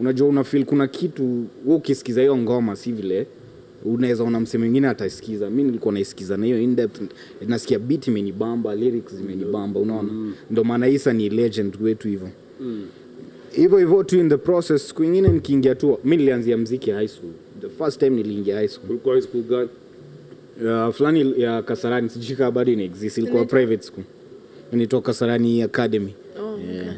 unajua una feel kuna kitu we ukisikiza hiyo ngoma si vile unaweza ona msee mwingine atasikiza mi nilikuwa naisikiza na hiyo in depth nasikia bit imenibamba lyrics imenibamba unaona mm. ndo maana isa ni legend wetu hivyo hivyo hivyo tu in the process siku ingine nikiingia tu mi nilianzia mziki high school the first time niliingia high school ulikuwa high school gani uh, fulani ya kasarani sijui kama bado inaexist ilikuwa private school nitoa kasarani academy Oh, Yeah.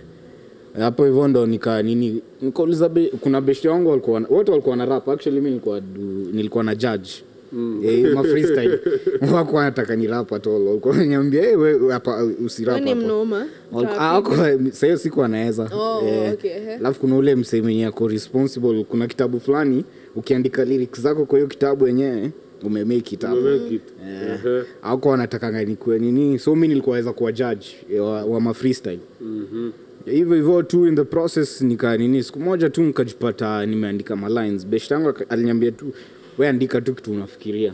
hapo hivyo ndo nika nini nikauliza be, kuna beshte wangu walikuwa wana- wote walikuwa na rap actually mi nilikuwa, du- nilikuwa na judge Mm. Eh, ma freestyle wakuwa nataka ni rap at all walikuwa wananiambia hey, we hapa usirap Wewe ni hapa." mnoma Walikuwa- ah, hawakuwa- saa hiyo siku anaweza Oh, okay, ehe. alafu kuna ule msemeni yako responsible kuna kitabu fulani ukiandika lyrics zako kwa hiyo kitabu wenyewe umemake kitabu Make it. Yeah. Ehe. ako wanatakanga nikue nini so mi nilikuwa naweza kuwa judge eh, wa, wa mafreestyle Mm-hmm. hivyo hivyo tu in the process nika nini siku moja tu nikajipata nimeandika malines best yangu aka- aliniambia tu we andika tu kitu unafikiria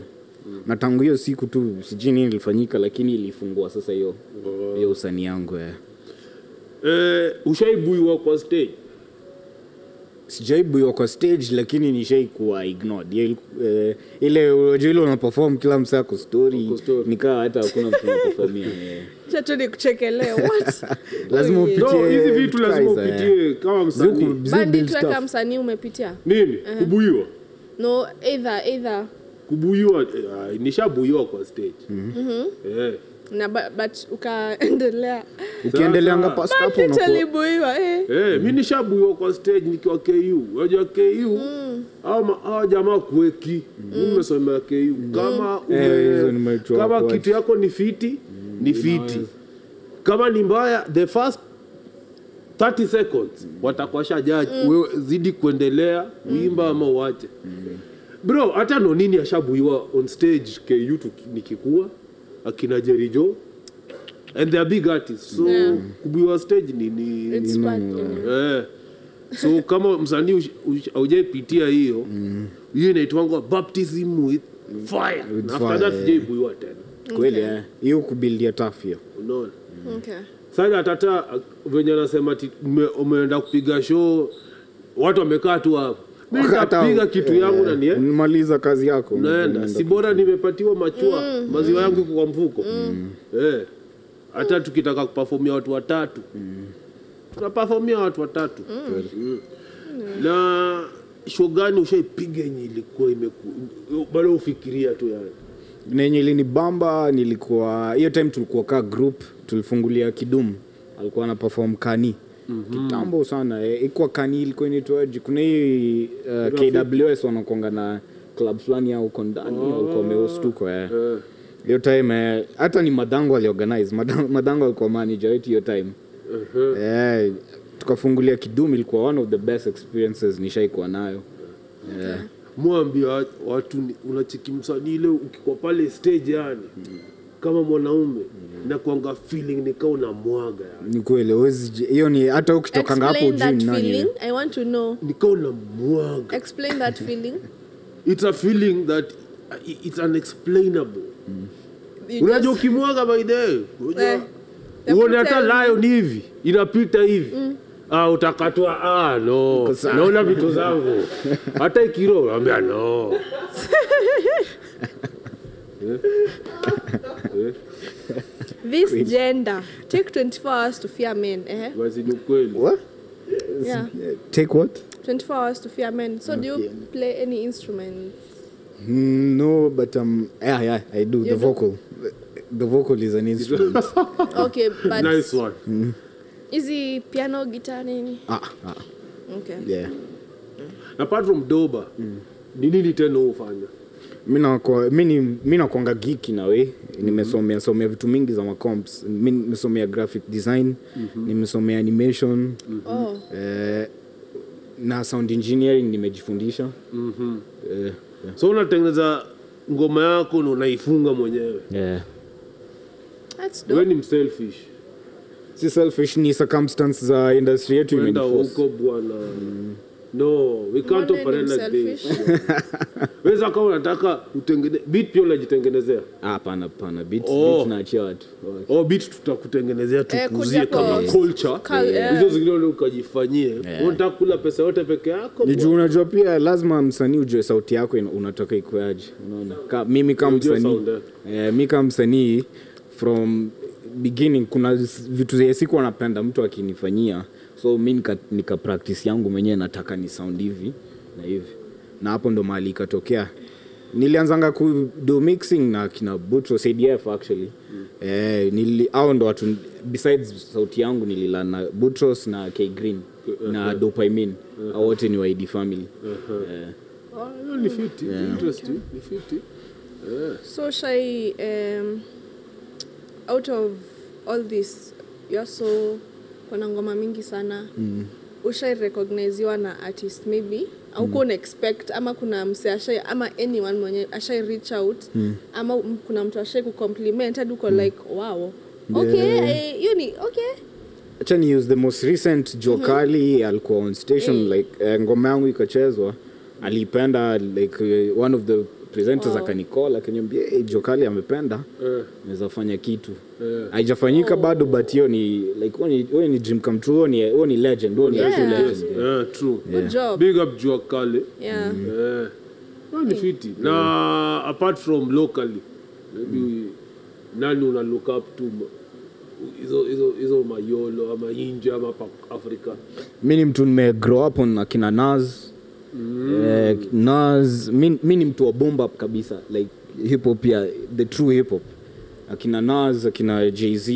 na tangu hiyo siku tu sijui nini ilifanyika lakini ilifungua sasa hiyo hiyo usanii yangu eh. Eh, ushaibuiwa kwa stage sijaibuiwa kwa stage lakini nishaikuwa ignored Ye- eh, ile unajua ile unaperform kila msaa ako story Ako story. nikaa hata hakuna mtu unaperformia eh. chato ni kuchekelea what lazima Oh, yeah. upitie no hizi vitu lazima trials, eh. upitie kama Ziku- msanii ziku bandi build tuweka stuff. msanii umepitia nini kubuiwa no either either kubuiwa eh, ah, nishabuiwa kwa stage Eh, na ba- but ukaendelea ukiendeleanga Sasa. past hapo unakuwa- banditalibuiwa eh. eh, mi nishabuiwa kwa stage nikiwa ku unajua ku au ma- hawa jamaa kueki umesomea ku kama ume- Eh, hizo nimeitoa kama kwa- kitu yako ni fiti ni fiti kama ni mbaya the first 30 seconds watakuwa shajaji wewe zidi kuendelea uimba ama uache bro hata nonini ashabuiwa on stage ku tuki- nikikua akina jerijo and they are big artists so Yeah. kubuiwa stage ni, Mm, ni It's part, yeah. eh. so kama msanii ush- ush- haujaipitia hiyo hiyo inaitwangwa baptism with fire Mm. With Na after fire, that eh. sijaibuiwa tena kweli eh. hiyo kubildia taf hiyo unaona mm. Okay. sasa atata venye anasema ati ume- umeenda kupiga show watu wamekaa tu hapo mi nitapiga kitu yangu na nie eh, maliza kazi yako naenda si bora nimepatiwa machua maziwa yangu iko kwa mfuko eh, hata tukitaka kupafomia watu watatu tunapafomia watu watatu Mm. na show gani ushaipiga yenye ilikuwa imeku bado ufikiria tu yaani? yani nenye ilinibamba nilikuwa hiyo time tulikuwa kaa group tulifungulia kidumu alikuwa ana perform kani mm-hmm. kitambo sana eh, ikuwa kani ilikuwa inaitwaje kuna hii uh, kws wanakwanga na club fulani au kondani oh. walikuwa wameustuko eh. Eh. hiyo time eh, hata ni madango aliorganize Mada- madango alikuwa manager wetu hiyo time Uh-huh. eh, tukafungulia kidum ilikuwa one of the best experiences nishaikuwa nayo yeah. mwambia wa- watu ni- unacheki msanii ile ukikwa pale stage yani kama mwanaume nakwanga feeling yaani. nikaa unamwaga yani ni kweli huwezi ji- hiyo ni hata ukitokanga hapo Explain ujui that ni nani feeling. wewe. I want to know. nikaa unamwaga Explain that feeling. it's a feeling that uh, i- it's unexplainable You unajua just- ukimwaga by the way, unajua, Eh, the uone hata brutal- lion hivi inapita hivi Mm. ah, utakatwa ah, no sawa. naona vitu zangu hata ikiro unaambia no Eh? Eh? This gender. Take 24 hours to fear men. Eh? basi ni ukweli What? Yeah. take what 24 hours to fear men. So do you play any instrument? Mm, no but um, yeah, yeah, i do the do? vocal the vocal is an instrument Okay, but nice one is it piano, guitar, nini? ah, ah, Okay. yeah apart from doba ni nini tena hufanya mi nakwa- mi ni- mi nakwanga giki na we nimesomea somea vitu mingi za macomps mi nimesomea graphic design nimesomea animation Oh. Mm-hmm. eh, na sound engineering nimejifundisha eh, yeah. so unatengeneza ngoma yako na unaifunga mwenyewe yeah. That's dope. we ni mselfish si selfish ni circumstance za industry yetu kwenda imeniforce. huko bwana Mm. no we can't Mbona ni operate like mselfish? this weza kama unataka utengene beat pia unajitengenezea Ah, hapana hapana beats Oh. beats naachia watu Okay. oh beat tutakutengenezea Eh, tukuzie kuja kwa- kama culture Kal- eh. hizo zingine ule ukajifanyie Wewe unataka kula pesa yote peke yako Ni juu bwana. unajua pia lazima msanii ujue sauti yako ina- unatoka ikuaje unaona ka, mimi kama Ujue msanii sound, eh. eh, mi kama msanii from beginning kuna s- vitu zenye siku anapenda mtu akinifanyia so mi nika, nika practice yangu mwenyewe nataka ni sound hivi na hivi na hapo ndo mahali ikatokea nilianzanga kudo mixing na kina butro cdf actually mm. eh, nili, au ndo watu besides sauti yangu nilila na butros na k Uh-huh. green na dopamine au wote ni waid family eh, Ah, hiyo ni fiti interesting ni fiti So shy. Um, out of all this, you're so kuna ngoma mingi sana mm. ushai recogniziwa na artist maybe auko una expect ama kuna mse ashai ama anyone mwenye ashai reach out mm. ama m- kuna mtu ashai kucompliment hadi uko like wow okay eh, hiyo ni okay acha ni use the most recent jokali mm-hmm. alikuwa on station mm. like eh, ngoma yangu ikachezwa aliipenda like eh, one of the presenters Oh. oh. akanikola akaniambia hey, jokali amependa Eh, naweza fanya kitu eh. haijafanyika bado but hiyo ni like huyo ni- huyo ni dream come true huyo ni huyo ni legend huyo ni Yeah. true legend, Yes. yeah. Eh, true good job big up jua kale yeah Eh, hiyo ni fiti na apart from locally maybe nani una look up to ma- hizo hizo hizo mayolo ama inje ama pa afrika mi ni mtu nime grow up on akina nas mm. eh, nas mi, mi ni mtu wa bomb up kabisa like hip hop ya the true hip hop akina nas akina jz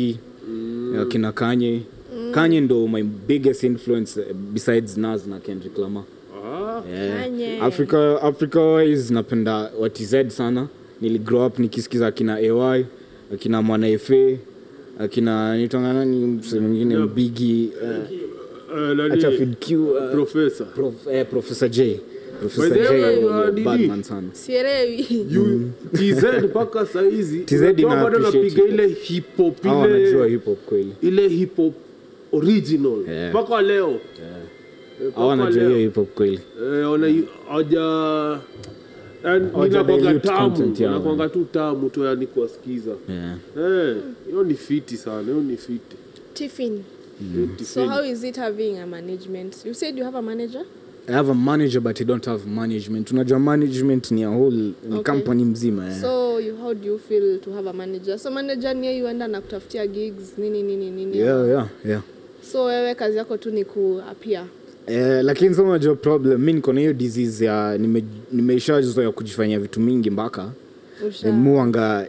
mm. akina kanye mm. kanye ndo my biggest influence eh, besides nas na kendrick lamar ah, Kanye. yeah. africa africa wise napenda watz sana nili grow up nikisikiza akina ay akina mwana fa akina nitanganani mse mwingine bigi eh, eh, nani- acha Fid Q, eh, professor Prof, eh, Professor J. Professor By the J way, ni uh, Didi. Batman sana. sielewi You- tz mpaka saizi TZ unajua ina bado appreciate napiga hip ile hip hop Hawa wanajua ile hip hop kweli. ile hip hop original Yeah. mpaka leo Eh, Hawa mpaka wanajua leo. hiyo hip hop kweli. Eh, wana- hawaja- yani Hawaja inakuwanga dilute tamu, content yao. inakuwanga tu tamu tu yani kuwasikiza Yeah. Eh, hiyo ni fiti sana hiyo ni fiti tiffin Fiti, so fiti. how is it having a management you said you have a manager I have a manager but I don't have management. Unajua management ni a whole ni Okay. company mzima. eh. so you, how do you feel to have a manager so manager niye yuenda na kutafutia gigs nini nini nini Yeah, yeah, yeah. so wewe kazi yako tu ni kuapia Eh, lakini sasa unajua problem mi niko na hiyo disease ya nime- nimeishazoea kujifanyia vitu mingi mpaka usha eh, muanga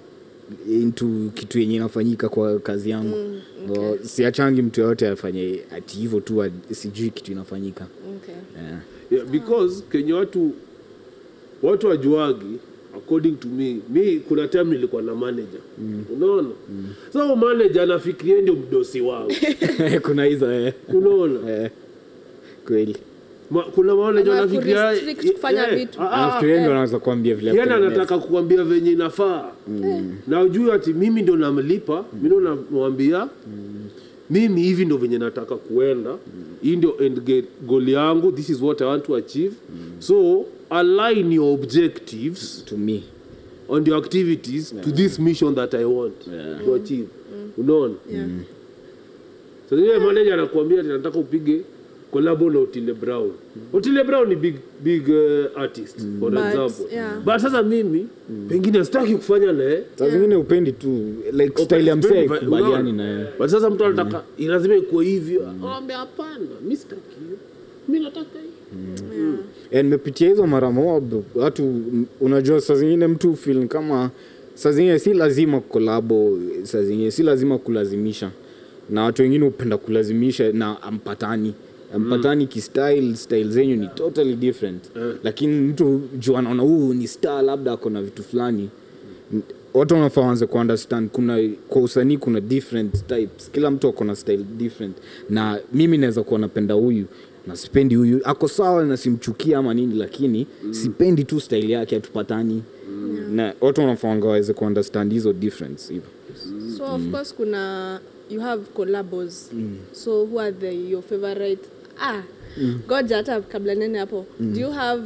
into kitu yenye inafanyika kwa kazi yangu mm, okay. siachangi mtu yoyote afanye ati hivyo tu ad- sijui kitu inafanyika Okay. yeah. yeah, because kenye watu watu wajuagi according to me mi kuna time nilikuwa na manager mm. unaona mm. so manager anafikiria ndio mdosi wangu kuna hizo eh. unaona Eh. kweli Ma, kuna manager Ama anafikiria kurestrict kufanya vitu. ah, ah, nafikiria ndio anaweza kuambia vile ya yana kutengeneza. Yaani anataka kukwambia venye inafaa na ujue ati mimi ndo namlipa mi ndo namwambia mimi hivi ndo venye nataka kuenda hii ndio end ga- goal yangu this is what i want to achieve so align your objectives to me and your activities to this mission that i want to achieve unaona Yeah. sasa yule manager anakuambia ati nataka upige collabo na Otile Brown. Mm. Otile Brown ni big big uh, artist for But, example. yeah. But sasa mimi Mm. pengine sitaki kufanya naye. saa zingine upendi tu like style ya msee Upendi- kubaliani unaona? naye But sasa mtu Mm. anataka lazima ikuwe hivyo. Anaambia hapana, mimi sitaki hiyo. Mimi nataka hiyo. Eh, nimepitia hizo mara mob watu m- unajua saa zingine mtu feel kama saa zingine si lazima kolabo saa zingine si lazima kulazimisha na watu wengine hupenda kulazimisha na ampatani ampatani mm. kistyle style zenyu ni totally different Eh. lakini mtu juu anaona huu ni star labda akona vitu fulani N- watu wanafaa wanze kuunderstand kuna kwa usanii kuna different types kila mtu akona style different na mimi naweza kuwa napenda huyu na sipendi huyu ako sawa na simchukia ama nini lakini mm. sipendi tu style yake hatupatani mm. na watu wanafawanga waweze kuunderstand hizo difference hivyo So of course kuna you have collabos. Mm. So who are the your favorite? Ah, goja hata kabla nene hapo. Mm. Do you have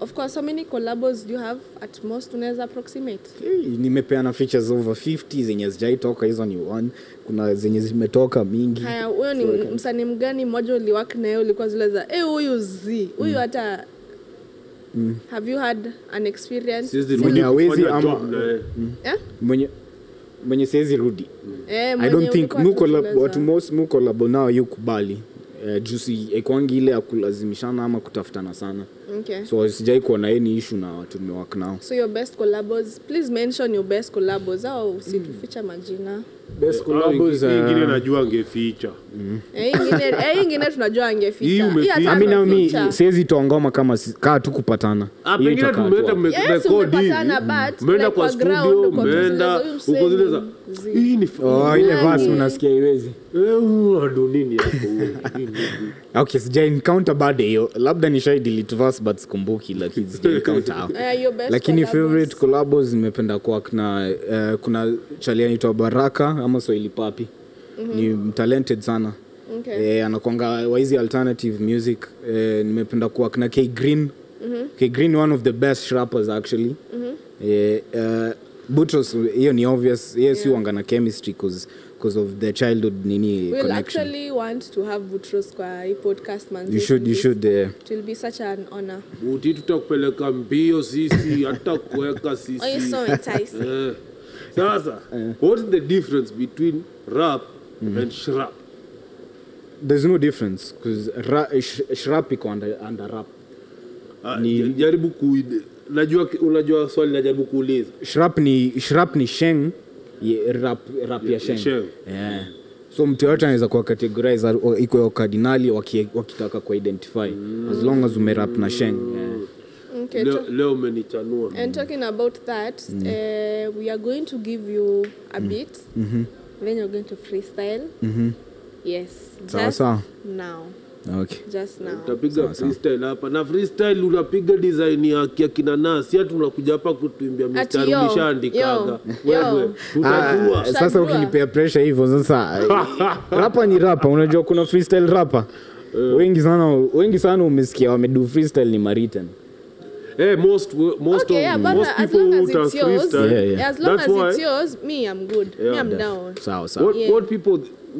of course how many collabos do you have at most unaweza approximate? Hey, nimepeana features over 50 zenye zijaitoka hizo ni one kuna zenye zimetoka mingi Haya, huyo ni msanii mgani mmoja uliwak naye ulikuwa zile za eh, huyu z Mm. huyu hata Have you had an experience? Siwezi Mwenye rudi hawezi kufanya ama- job na yeye. Eh? mwenye mwenye siwezi rudi Eh, I mwenye don't think ulikuwa muko lab- tunaeleza. watu most muko labo nao yu kubali uh, jusi ikwangi ile ya kulazimishana ama kutafutana sana Okay. so sijai kuwa na any issue na watu nimewak nao So your best collabos, please mention your best collabos au usituficha majina. Eh, best uh, Hii ingine Ah, najua angeficha. Mm. Eh, hii ingine- eh, hii ingine tunajua Hii angeficha. umeficha. hata ami nami ameficha. siwezi toa ngoma kama si- kaa tu kupatana Ah, Hiyo pengine itakaa tumeenda tu. Yes, mmerekodi hivi. umepatana, but Mmeenda like kwa kwa studio, ground, uko tu zile za mmeenda huyu msanii. uko zile za Zii. hii ni Oh, ile Nani? verse unasikia iwezi adonini okay sija encounter bado hiyo labda nishai delete verse but sikumbuki lakini sija encounter hapo Eh, your best lakini collabos. favorite collabos zimependa kuwak na uh, kuna chali anaitwa baraka ama swahili papi mm-hmm. ni mtalented sana Mhm. Okay. eh, anakwanga waizi alternative music eh, nimependa kuwak na k green Mhm. mm-hmm. k green one of the best rappers actually mm-hmm. eh, uh, butros hiyo ni obvious yes yeah. wanga na chemistry because of the childhood nini We'll connection actually want to have Boutros kwa hii podcast manzi. you should, you should uh, It will be such an honor. uti tutakupeleka mbio sisi hata kuweka Oh, you're sisi so enticing. Eh. sasa what is the difference between rap and shrap there's no difference because ra- sh- shrap iko under, under rap Ah, Ni- ja- jaribu ku najua unajua swali najaribu kuuliza shrap ni shrap ni sheng ye- rap, rap ya sheng sheng. yeah. so mtu yoyote anaweza kuwa categorize ar- iko ya kardinali waki- wakitaka kuidentify as long as umerap na sheng yeah. Okay, Eh. leo, to- leo umenichanua Mm. And talking about that, eh, we are going to give you a Mm. beat. Mm-hmm. Then you're going to freestyle. Yes. Sawa, just sawa. now. okay. Just now. utapiga freestyle hapa na freestyle unapiga design yake akina nasi hata unakuja hapa kutuimbia mistari yo, ulishaandikaga yo, wewe yo. utajua Ah, sasa Utajua. ukinipea pressure hivyo sasa rapa ni rapa unajua kuna freestyle rapa wengi sana wengi sana umesikia wamedu freestyle ni maritan Eh, most most Okay, of, yeah, but most as people long as who are it's yours, freestyle, Yeah, yeah. as long That's as it's why- yours, me, I'm good. Me, Yeah. I'm down. sawa sawa What, Yeah. what people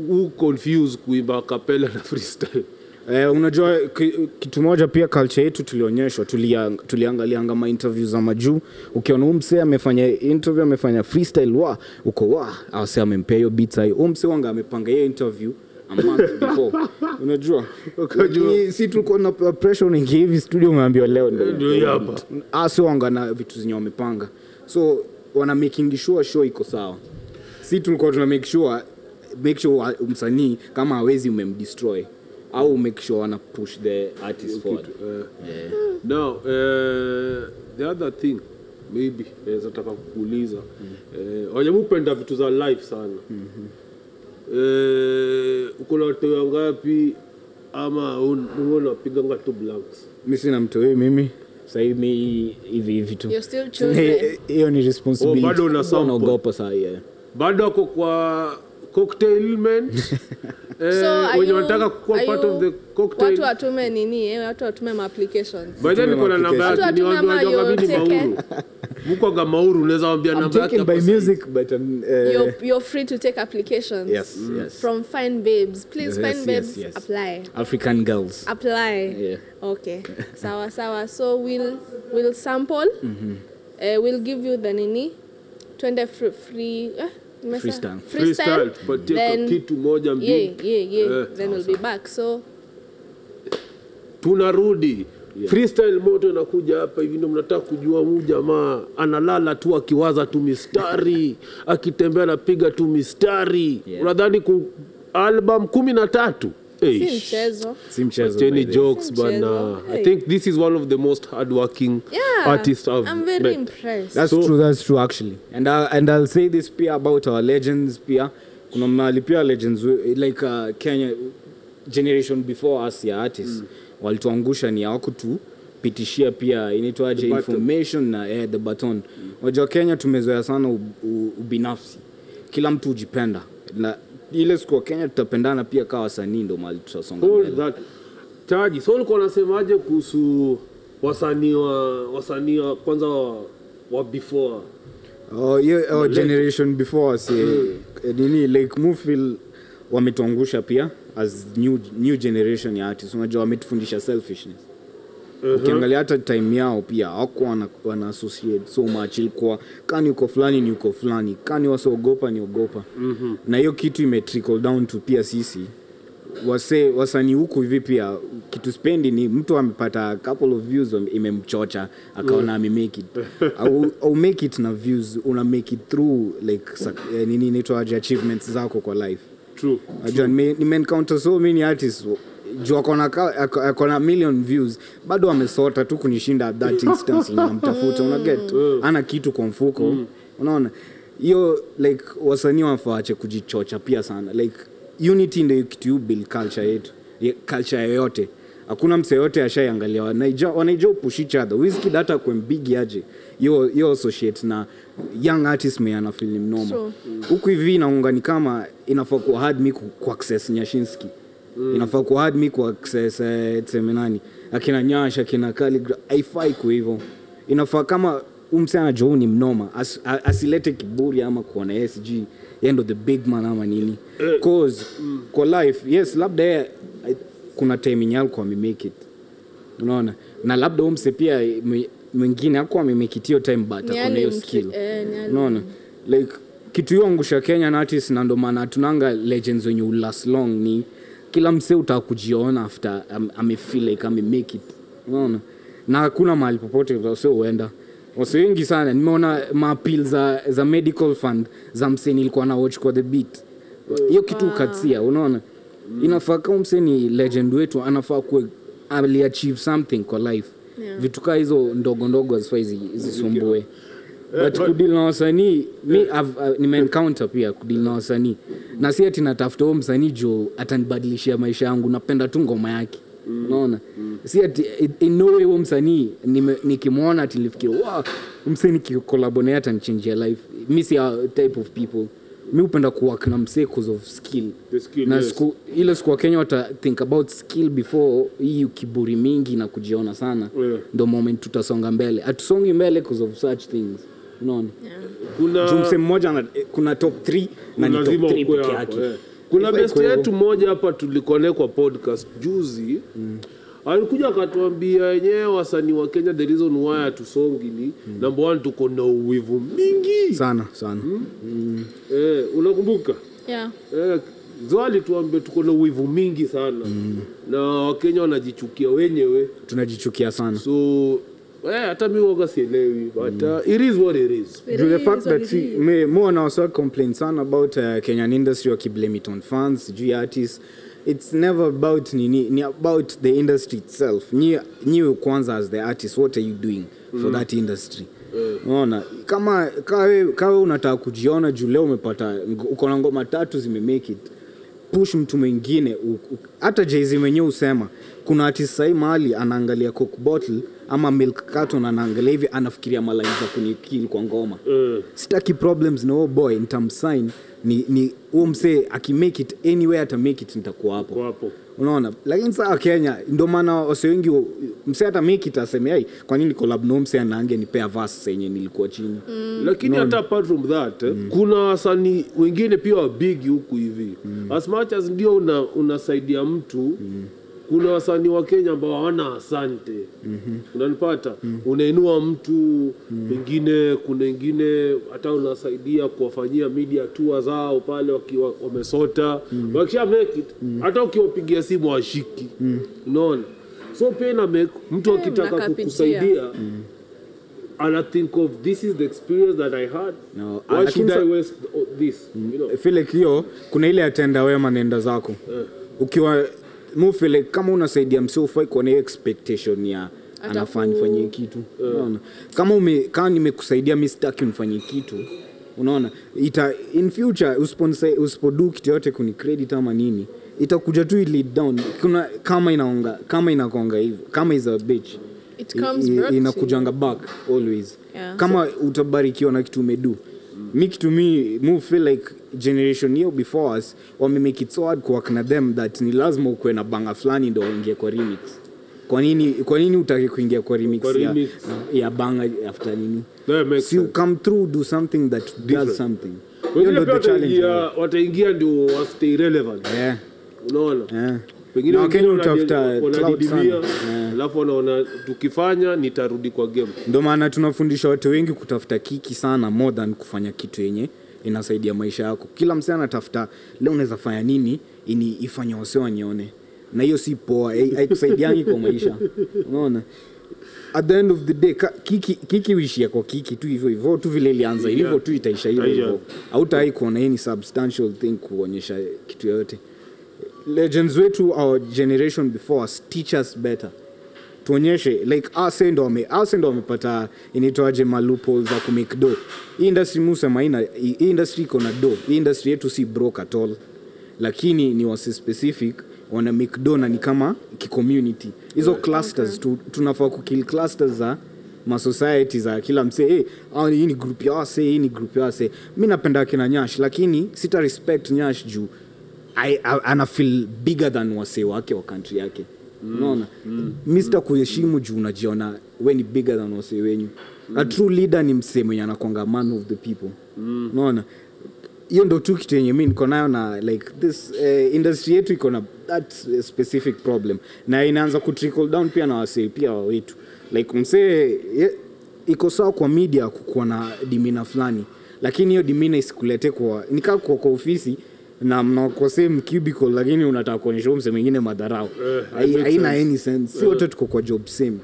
who confuse kuimba kapela na freestyle Eh, unajua ki- kitu moja pia culture yetu tulionyeshwa tulia- tuliangalianga mainterview za majuu ukiona huu msee amefanya interview amefanya freestyle wa uko wa awase amempea hiyo bit sahi huu msee wanga amepanga hiyo interview a month before unajua Ukajua. Lakini si tulikuwa na pressure unaingia hivi studio umeambiwa leo Ah, Ndio hii hapa. asi wanga na vitu zenye wamepanga so wana making sure show iko sawa si tulikuwa tuna make sure make sure wa- msanii kama hawezi umemdestroy au make sure wana push the artist forward Uh, Now, uh, the other thing maybe naweza taka kukuuliza Mm-hmm. eh, wanyamupenda vitu za life sana eh, uko na watoya ngapi ama unapiganga tu blanks mi sina mtoi mimi sahii mi hivi hivi tu You're still children. hiyo ni responsibility Oh, bado una sample. unaogopa saa hii, eh. bado ako kwa cocktail men eh, So, are wenye you- wanataka kuwa are part you- of the watu cocktail watume nini eh? watu watume maapplications by then niko na namba Watu yake ni watume ama wajua wajua mimi ni you're mauru mko ga mauru unaweza waambia I'm namba yake taken by hapa sasa. music, but I'm, uh, you're, you're free to take applications yes, yes. from fine babes please Yes, fine yes, babes yes. apply African girls. apply Yeah. okay sawa sawa so we'll, we'll sample Mm-hmm. uh, we'll give you the nini twende free, free eh, nimesa- Freestyle. freestyle freestyle tupatie ka then kitu moja mbili yeah yeah yeah Eh, then we'll be back so tunarudi freestyle moto inakuja hapa hivi ndio mnataka kujua huu jamaa analala tu akiwaza tu mistari akitembea anapiga tu mistari Yeah. unadhani ku album kumi na tatu si Eish. mchezo Si mchezo, by Acheni the way. jokes Mchezo. bana Hey. i think this is one of the most hardworking yeah artists I've i'm very met. impressed That's So- true, that's true actually. And I, and I'll say this pia about our legends pia. Kuna mahali pia legends we- like uh, Kenya generation before us ya artists walituangusha ni hawakutupitishia pia inaitwaje The baton. information na eh, the baton. Wajua Kenya tumezoea sana u, u, ubinafsi. Kila mtu hujipenda. Na ile siku wa Kenya tutapendana pia kawa wasanii ndo mahali tutasonga. Hold mbele. that. Chaji, so ulikuwa unasemaje kuhusu wasanii wa wasanii wa kwanza wa, wa before Oh, hiyo oh, generation before us eh, eh, nini like Mufil wametuangusha pia as new, new generation ya artists unajua wametufundisha selfishness Uh-huh. ukiangalia hata time yao pia hawakuwa wana, wana associate so much ilikuwa kani uko fulani ni uko fulani kani wasiogopa ni ogopa mm-hmm. na hiyo kitu ime trickle down to pia sisi wase wasanii huku hivi pia kitu spendi ni mtu amepata a couple of views wame- imemchocha akaona mm. amemake it au, au make it na views una make it through like sac- eh, nini inaitwaje achievements zako kwa life true Najua nime- nimeencounter so many artists juu akona, ka- ako- akona million views bado amesota tu kunishinda at that instance yenye namtafuta unaget ana kitu kwa mfuko unaona hiyo like wasanii wanafaache kujichocha pia sana like unity ndio kitu you build culture yetu Ye- culture yoyote hakuna mse yote ashaiangalia wanaija wanaija upush each other wizkid hata kwembigi aje yo yo associate na young artist meana film noma True. huku hivi inaunga ni kama inafaa kuwa hard mi ku- kuaccess nyashinski mm. inafaa kuwa hard mi kuaccess eh, tuseme nani akina nyash akina kaligra haifai kwa hivyo inafaa kama umse anajua huu ni mnoma As, a, asilete kiburi ama kuona yes, sijui yeye ndo the big man ama nini cause kwa life yes labda yeye I- kuna time yenye alikuwa amemake it unaona na labda umse pia mwe- mwingine akuwa amemake it hiyo time but Ni akona hiyo alimki- skill eh, ni alim- unaona like kitu hiyo angusha kenya na artist na ndo maana tunanga legends wenye ulas long ni kila msee utaka kujiona after am, amefeel like amemake it unaona na hakuna mahali popote wase huenda wase wengi sana nimeona maapil za, za medical fund za msee nilikuwa na watch kwa the beat hiyo kitu ukatsia unaona inafaa kama msee ni legend wetu anafaa kuwe aliachieve something kwa life Yeah. vitu kaa hizo ndogo ndogo hazifai zi- zisumbue Eh, but kudil na wasanii mi I've- uh, nimeencounter pia kudil na wasanii na si ati natafuta huo msanii jo atanibadilishia maisha yangu napenda tu ngoma yake unaona si ati in- in no way huo msanii nime- nikimwona ati nilifikiri wow msee nikikolabo naye atanichangia life mi si a type of people mi hupenda kuwork na msee cause of skill The skill, na yes. siku ile siku wakenya wata think about skill before hii kiburi mingi na kujiona sana Yeah. ndo moment tutasonga mbele hatusongi mbele cause of such things unaona Juu kuna mse mmoja ana- eh, kuna top 3 na ni top lazima 3 ukue peke hapo. yake eh. Kuna Haifai best kuwa yetu moja hapa tulikone kwa podcast juzi alikuja akatuambia yenyewe wasanii wa Kenya the reason why hatusongi ni number one tuko na uwivu mingi sana sana Hmm? eh, unakumbuka yeah eh, zwali tuambie tuko na uwivu mingi sana na wakenya wanajichukia wenyewe tunajichukia sana so eh, hata mi uoga sielewi but uh, it is what it is It Due the is fact what that it see, is. me, more now so complain sana about uh, Kenyan industry wakiblame it on fans, sijui artists. It's never about nini, ni about the industry itself. Ni you kwanza as the artist, what are you doing for that industry? Unaona, kama kawe kawe unataka kujiona juu leo umepata ngo- uko na ngoma tatu zimemake it push mtu mwingine u- u- hata jz mwenyewe husema kuna artist sahii mahali anaangalia coke bottle ama milk carton anaangalia hivi anafikiria malai za kunikil kwa ngoma Eh. sitaki problems na huo boy nitamsign ni ni huo msee akimake it anywhere atamake it nitakuwa Kwa hapo hapo unaona lakini saa kenya ndio maana wase wengi wa- msee hata make it aseme ai kwa nini collab na huyo msee anaange nipea verse yenye nilikuwa chini Mm. lakini hata apart from that eh, kuna wasanii wengine pia wabigi huku hivi as much as ndio una, unasaidia mtu kuna wasanii wa kenya ambao hawana asante unanipata unainua mtu pengine kuna wengine hata unasaidia kuwafanyia media tour zao pale wakiwa wamesota wakisha make it hata ukiwapigia simu washiki unaona so pia ina make mtu Eh, akitaka mnakapitia. kukusaidia and I think of this is the experience that I had. No, Why lakini should I sa- waste o- this? Mm. You know, Felix Eh, hiyo kuna ile atenda wema nenda zako ukiwa mufile kama unasaidia msiofai kuwa na hiyo expectation ya anafanya fanyie kitu unaona kama ume, kama nimekusaidia mi sitaki unifanyie kitu unaona ita in future usiponsa- usipodu kitu yote kuni credit ama nini itakuja tu lead down kuna kama inaonga kama inakonga hivyo kama is a bitch It i- comes i- back to inakujanga back always Yeah. kama utabarikiwa na kitu umedu mi kitu mi mu feel like generation hiyo before us wamemake it so hard kuwork na them that ni lazima ukuwe na banga fulani ndo uingie kwa remix kwa nini kwa nini utake kuingia kwa remix, Kwa remix. Ya, ya banga after nini That makes so you sense. come through do something that Different. does something hiyo wengine ndo pia the challenge wataingia wataingia ndio wastay relevant. yeah Unaona? yeah Pengine Na wengine Wakenya wanadi- hutafuta clout sana. wanadidimia, Yeah. alafu wanaona tukifanya nitarudi kwa game. ndo maana tunafundisha watu wengi kutafuta kiki sana more than kufanya kitu yenye inasaidia maisha yako kila msee anatafuta leo unaweza fanya nini ini ifanye wase wanione na hiyo si poa hai- haikusaidiangi kwa maisha unaona at the end of the day ka, kiki, kiki uishia kwa kiki tu hivyo hivyo tu vile ilianza Yeah. ilivyo tu itaisha hivyo Itaisha. hivyo hautawai kuona hii ni substantial thing kuonyesha kitu yoyote legends wetu our generation before us teach us better tuonyeshe like ase ndo wame- ase ndo wamepata inaitwaje malupo za kumake do hii industry musema ina hii industry iko na do hii industry yetu si broke at all lakini ni wase specific wana make do na ni kama kicommunity hizo clusters tu, tunafaa kukill clusters za masociety za kila msee hey, ah, hii ni group ya wase hii ni group ya wase mi napenda kina nyash lakini sita respect nyash juu I, I, ana feel bigger than wasee wake wa country yake unaona mm, mista kuheshimu juu unajiona we ni bigger than wasee wenyu mm. a true leader ni msee mwenye anakwanga man of the people mm. unaona hiyo ndo tu kitu yenye mi niko nayo na like this uh, industry yetu iko na that specific problem na inaanza kutrickle down pia na wasee pia wa wetu like msee ye- iko sawa kwa media kukuwa na dimina fulani lakini hiyo dimina isikulete kwa nikaa kwa, kwa ofisi na mnakuwa same cubicle lakini unataka kuonyesha huyo msee mwingine madharau Eh, Hai- makes haina sense. Eh. any sense si wote tuko kwa job same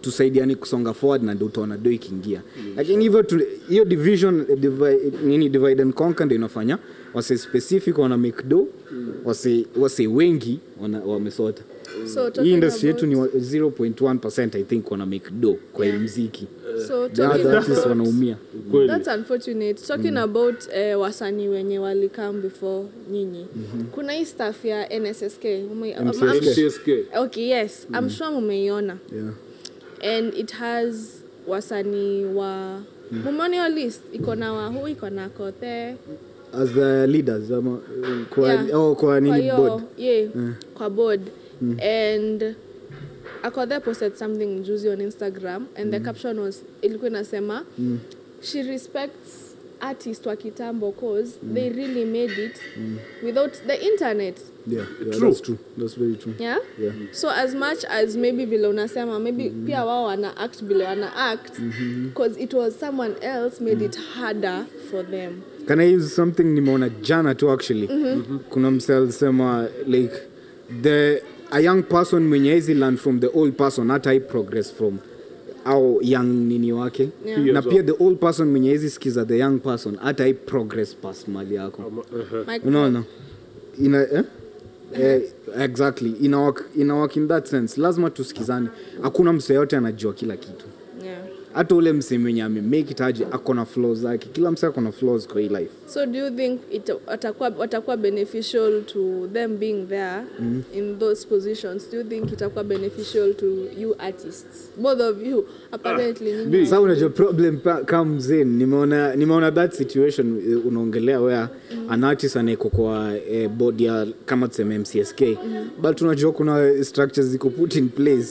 tusaidiane kusonga forward na ndo utaona do ikiingia lakini hivyo tu- hiyo division eh, divi- nini divide and conquer ndio inafanya wase specific wana make do wase, wase wengi wana- wamesota So hii talking industry about- yetu ni wa- 0.1 i think wana make do kwa yeah. Yeah. mziki So the talking other artists about wanaumia Kweli. That's unfortunate. Talking about eh, wasanii wenye walikam before nyinyi. Kuna hii staff ya NSSK. Ume, I'm- I'm MCSK. sure- MCSK. okay, yes. I'm sure mumeiona. yeah. And it has wasanii wa mumeona hiyo list iko na wahu iko na kothe as the leaders ama, eh, kwa, Yeah. oh, kwa nini hiyo- board Mm. yeah, kwa board and akothe posted something juzi on instagram and Mm. the caption was ilikuwa inasema she respects artist wa kitambo cause Mm. they really made it without the internet yeah, yeah, True. that's true that's very true yeah? yeah. Mm-hmm. so as much as maybe vile unasema maybe pia wao wana act vile wana act cause it was someone else made Mm. it harder for them can i use something nimeona jana tu actually Mm-hmm. kuna mse alisema like the a young person mwenye hizi learn from the old person hata i progress from au young nini wake Yeah. Yes, na pia oh. the old person mwenye hizi skiza the young person hata hii progress pass mali yako Ama- ehe. Mic unaona ina eh? Eh, exactly ina work, ina work in that sense lazima tusikizane hakuna msee yote anajua kila kitu drop. Yeah. hata ule msee mwenye amemake it aje ako na flaws zake kila msee ako na flaws kwa hii life So do you think it watakuwa watakuwa beneficial to them being there mm. in those positions? Do you think itakuwa beneficial to you artists? Both of you apparently ah, B. sasa unajua problem pa- kama mzee nimeona nimeona that situation eh, unaongelea where Mm. an artist anaeko kwa eh, board ya kama tuseme mcsk Mm. but unajua kuna structures ziko put in place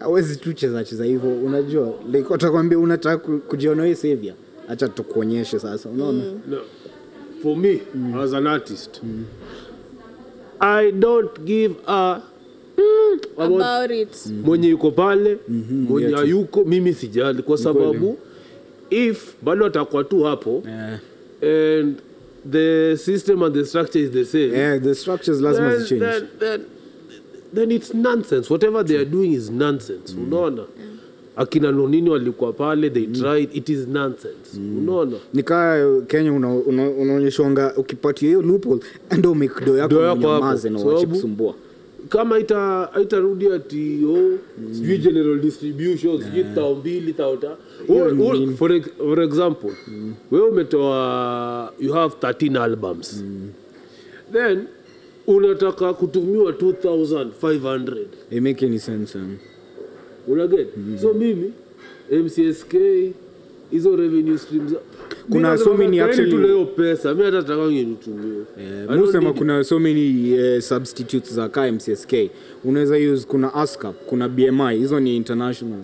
awezi tu cheza cheza hivyo unajua like watakwambia unataka ku- kujiona we savior acha tukuonyeshe sasa unaona No. For me, Mm. as an artist, I don't give a mm, about about it. Mm. Mm-hmm. mwenye yuko pale Mm-hmm. mwenye yeah, true. hayuko mimi sijali kwa kweli. sababu if bado atakuwa tu hapo Eh, and the system and the structure is the same eh, the structures lazima then, zichange then, then, then it's nonsense whatever they are doing is nonsense Mm. unaona akina nonini walikuwa pale they tried it is nonsense Mm. unaona nikaa kenya unaonyeshonga una, una unaonyeshwanga ukipatia hiyo loophole ndo mikdo yako Ndio yako hapo, unyamaze na uache sababu- kusumbua kama haita- haitarudi ati oh, Mm. sijui general distribution sijui tao mbili tao ta Hiyo Oh, ni oh, nini? for, ex- for example Mm. wewe umetoa you have 13 albums Mm. then unataka kutumiwa 2500 It make any sense um. unaget Mm. so mimi mcsk hizo revenue streams Kuna Mimi so many nasema, "Kaeni actually- yaani tuleo pesa mi hata takangenutumia Eh, mi husema kuna so many eh, substitutes za ka mcsk unaweza use kuna ascap kuna bmi hizo ni international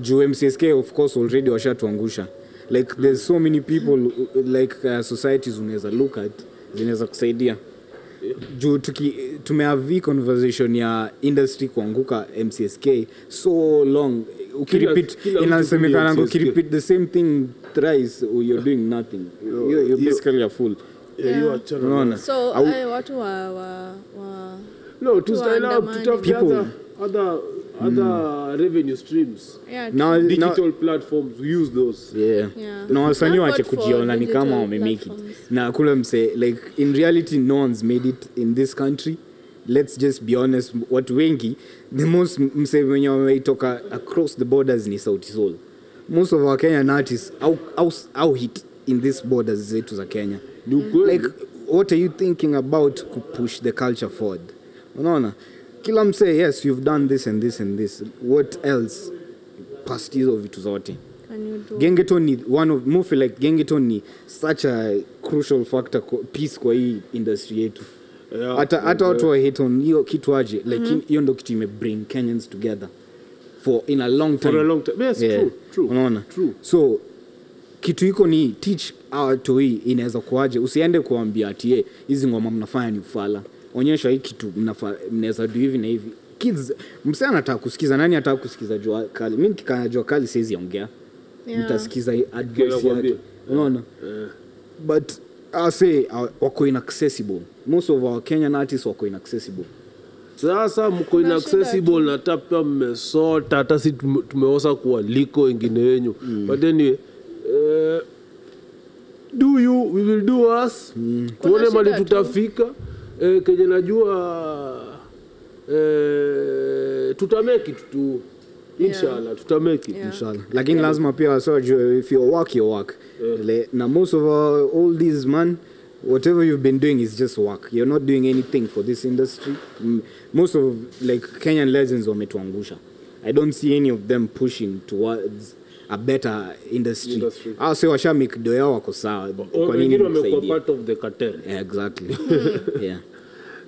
juu mcsk of course already washatuangusha like there's so many people uh, uh, like uh, societies unaweza look at zinaweza kusaidia juu tuki- tumehavi conversation ya industry kuanguka mcsk so long ukirepeat kila mtu inasemekana kulia MCSK. ukirepeat the same thing thrice you're doing nothing You- you're basically a fool unaona So Au- aye, watu wa, wa, wa No, to style up, Waandamani. to tafute People- Hmm. other, other, other revenue streams. yeah, Now- now- Digital platforms, we use those. Yeah. Yeah. na wasanii Thank wache God for kujiona ni kama digital wamemake it platforms. na kula mse like in reality no one's made it in this country let's just be honest watu wengi the most mse wenye wameitoka across the borders ni sauti sol most of our kenyan artists au, au, au hit in these borders zetu za kenya Ni ukweli. like what are you thinking about kupush the culture forward unaona kila mse yes you've done this and this and this what else past hizo vitu zote Can you do gengeton ni one of mufi like gengeton ni such a crucial factor kwa, piece kwa hii industry yetu Yeah, hata hata yeah. watu wa hate on hiyo kitu aje like mm-hmm. hiyo ndo kitu ime bring kenyans together for in a long time For a long time. Yes, true, true, unaona true. so kitu iko ni teach our to hii inaweza kuaje usiende kuambia ati "Eh, hizi ngoma mnafanya ni ufala onyesha hii kitu mnafa- mnaweza do hivi na hivi kids msee anataka kusikiza nani anataka kusikiza jua kali mi nikikaa jua kali siwezi ongea Yeah. mtasikiza advice Kinakwambia. yake unaona Eh. but I say uh, wako inaccessible most of our kenyan artists wako inaccessible Sasa mko Kuna inaccessible na hata pia mmesota, hata si tume- tumeosa kuwaliko wengine wenyu. Mm. But anyway, eh, do you, we will do us. Mm. Kuna Tuone mali shida tu. tutafika. Eh, kenye najua eh, tutamake it tu. Inshallah, tutamake it. Yeah. inshallah lakini lazima pia wase wajue if your work your work Eh. Le, na most of our, all these man whatever you've been doing is just work you're not doing anything for this industry M most of like kenyan legends wametuangusha i don't see any of them pushing towards a better industry Ah, Industry. au se washamikdo yao wako sawa kwa nini wengine wamekuwa msaidie? part of the cartel yeah, exactly yeah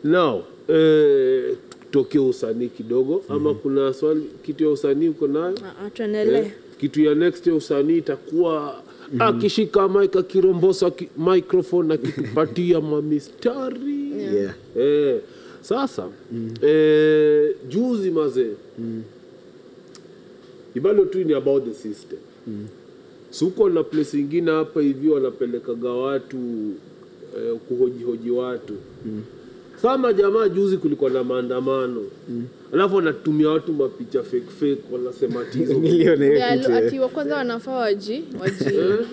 now eh, tutoke usanii kidogo Mm-hmm. ama kuna swali kitu ya usanii uko nayo Ah, ah, tuendelee. Eh, kitu ya next ya usanii itakuwa akishika mike akirombosa ki, microphone akitupatia mamistari yeah, yeah. eh, sasa eh, juzi mazee ibado tu ni about the system suko na place ingine hapa hivi wanapelekaga watu eh, kuhojihoji watu kama jamaa juzi kulikuwa na maandamano mm. alafu wanatumia watu mapicha fake fake wanasema tizo niliona hiyo Yeah, kitu, lo- eh. ati wa kwanza wanafaa waji waji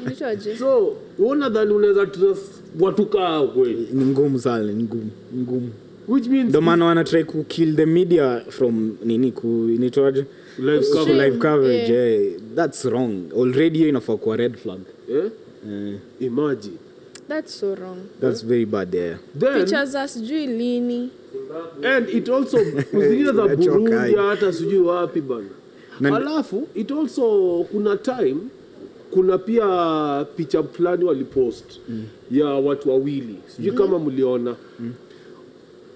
nitwa waji so uona dhani unaweza trust watu kaa kweli ni ngumu sana ni ngumu ni ngumu which means ndo maana wanatry kukill the media from nini ku initwaje Live Ku- coverage. live coverage yeah. that's wrong already hiyo inafaa kuwa red flag eh? Eh, imagine that's so wrong that's very bad yeah. then picha za sijui lini and it also zingine za Nachoka burundi hii. hata sijui wapi bana Na- alafu it also kuna time kuna pia picha fulani walipost mm. ya watu wawili sijui mm. kama mliona mm.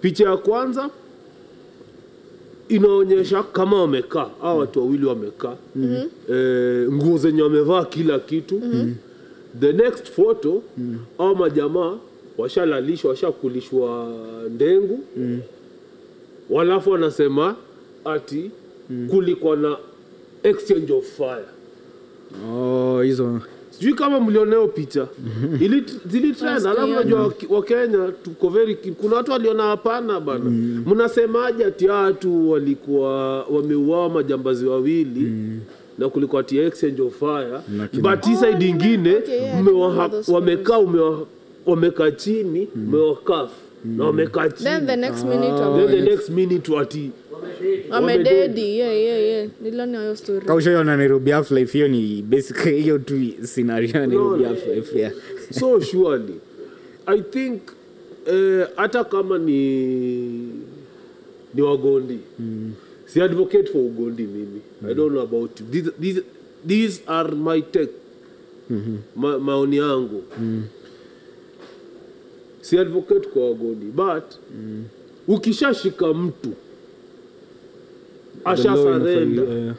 picha ya kwanza inaonyesha kama wamekaa hawa watu wawili wamekaa Mm. mm-hmm. eh, nguo zenye wamevaa kila kitu mm-hmm. the next photo mm-hmm. au majamaa washalalishwa washakulishwa ndengu mm-hmm. walafu wanasema ati mm-hmm. kulikuwa na exchange of fire oh hizo sijui kama mlioneo picha Ili- zilitrend alafu Wasikiona. najua Waki- wakenya tuko very ki- kuna watu waliona hapana bana mnasemaje ati watu walikuwa wameuawa majambazi wawili na kulikuwa ati exchange of fire but hii side ingine Oh, okay, yeah, I mmewa- remember those wamekaa umewa- wamekaa chini mmewakafu na wamekaa then chini the next minute Ah. then wame- the next minute ati wamededi yeah yeah yeah niliona hiyo story kaushaona nairobi aflife hiyo ni basic hiyo tu scenario ya nairobi No, no. aflife yeah. so surely i think eh, hata kama ni ni wagondi mm. si advocate for ugondi mimi mm. i don't know about you. These, these, these are my take mm-hmm. ma, maoni yangu mm. si advocate kwa wagondi but mm. ukishashika mtu Ah, The law inafaa- ashasarenda eh,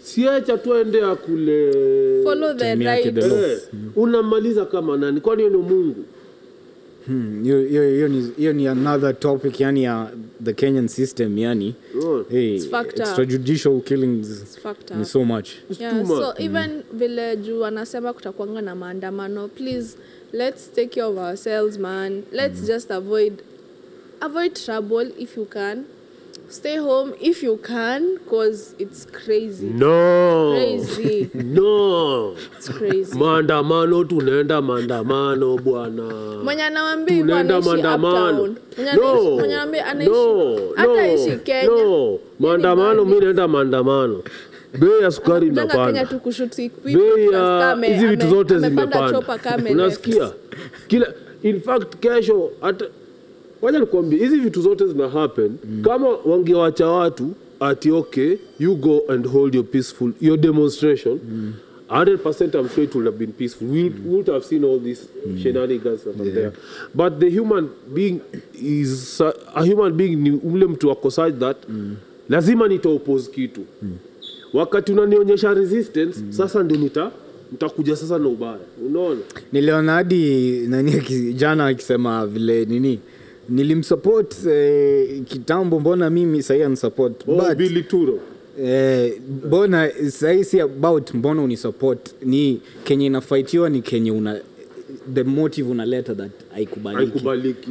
siacha tuende akule follow the Time yake the right law. Eh, unamaliza kama nani kwani hiyo ni mungu hmm, hiyo- hiyo- hiyo ni- hiyo ni another topic yani ya the kenyan system yani Unaona? hey, It's fucked up. extrajudicial killings fucked ni up so much It's yeah, too much. Mm. so even vile juu anasema kutakwanga na maandamano please let's take care of ourselves man Mm. let's just avoid avoid trouble if you can stay home if you can cause it's crazy no crazy no it's crazy maandamano tunaenda maandamano bwana mwenye anawambi hivyo tunaenda anaishi maandamano uptown. Mwenye anaishi- mwenye anawambi anaishi hata aishi Kenya Yaani no. maandamano mi naenda maandamano bei ya sukari Kudanga Kenya inapanda tu kushuti bei ya hizi eh, vitu zote zimepanda kame unasikia kila in fact kesho hata wacha nikwambie hizi vitu zote zina happen kama wangewacha watu ati okay you go and hold your peaceful your demonstration 100% I'm sure it would have been peaceful. We would have seen all these shenanigans that are there. But the human being is a human being ni ule mtu ako such that lazima nita oppose kitu. Wakati unanionyesha resistance sasa ndio nita nitakuja sasa na ubaya. Unaona? niliona hadi nani aki- jana akisema vile nini nilimsupport eh, kitambo mbona mimi sahii ansupport Oh, but Billy Turo. Eh, mbona sahii si about mbona unisupport ni kenye inafaitiwa ni kenye una the motive unaleta that haikubaliki haikubaliki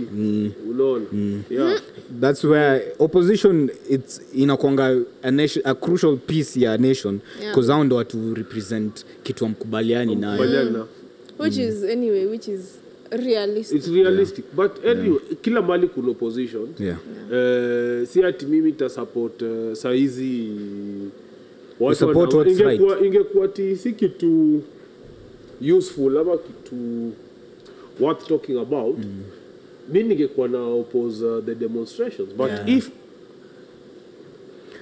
unaona yeah. that's where opposition it's inakwanga a, nation, a crucial piece ya nation Yeah. bcause yeah. ao ndo watu represent kitu amkubaliani nayo Kubaliana. which is anyway which is realistic It's realistic but anyway kila mali kuna opposition yeah. Eh, si ati mimi tasupport uh, saizi watu Usupport wana- what's ingekuwa ingekuwa ti si kitu useful ama kitu worth talking about Mm. mi ningekuwa na oppose uh, the demonstrations but if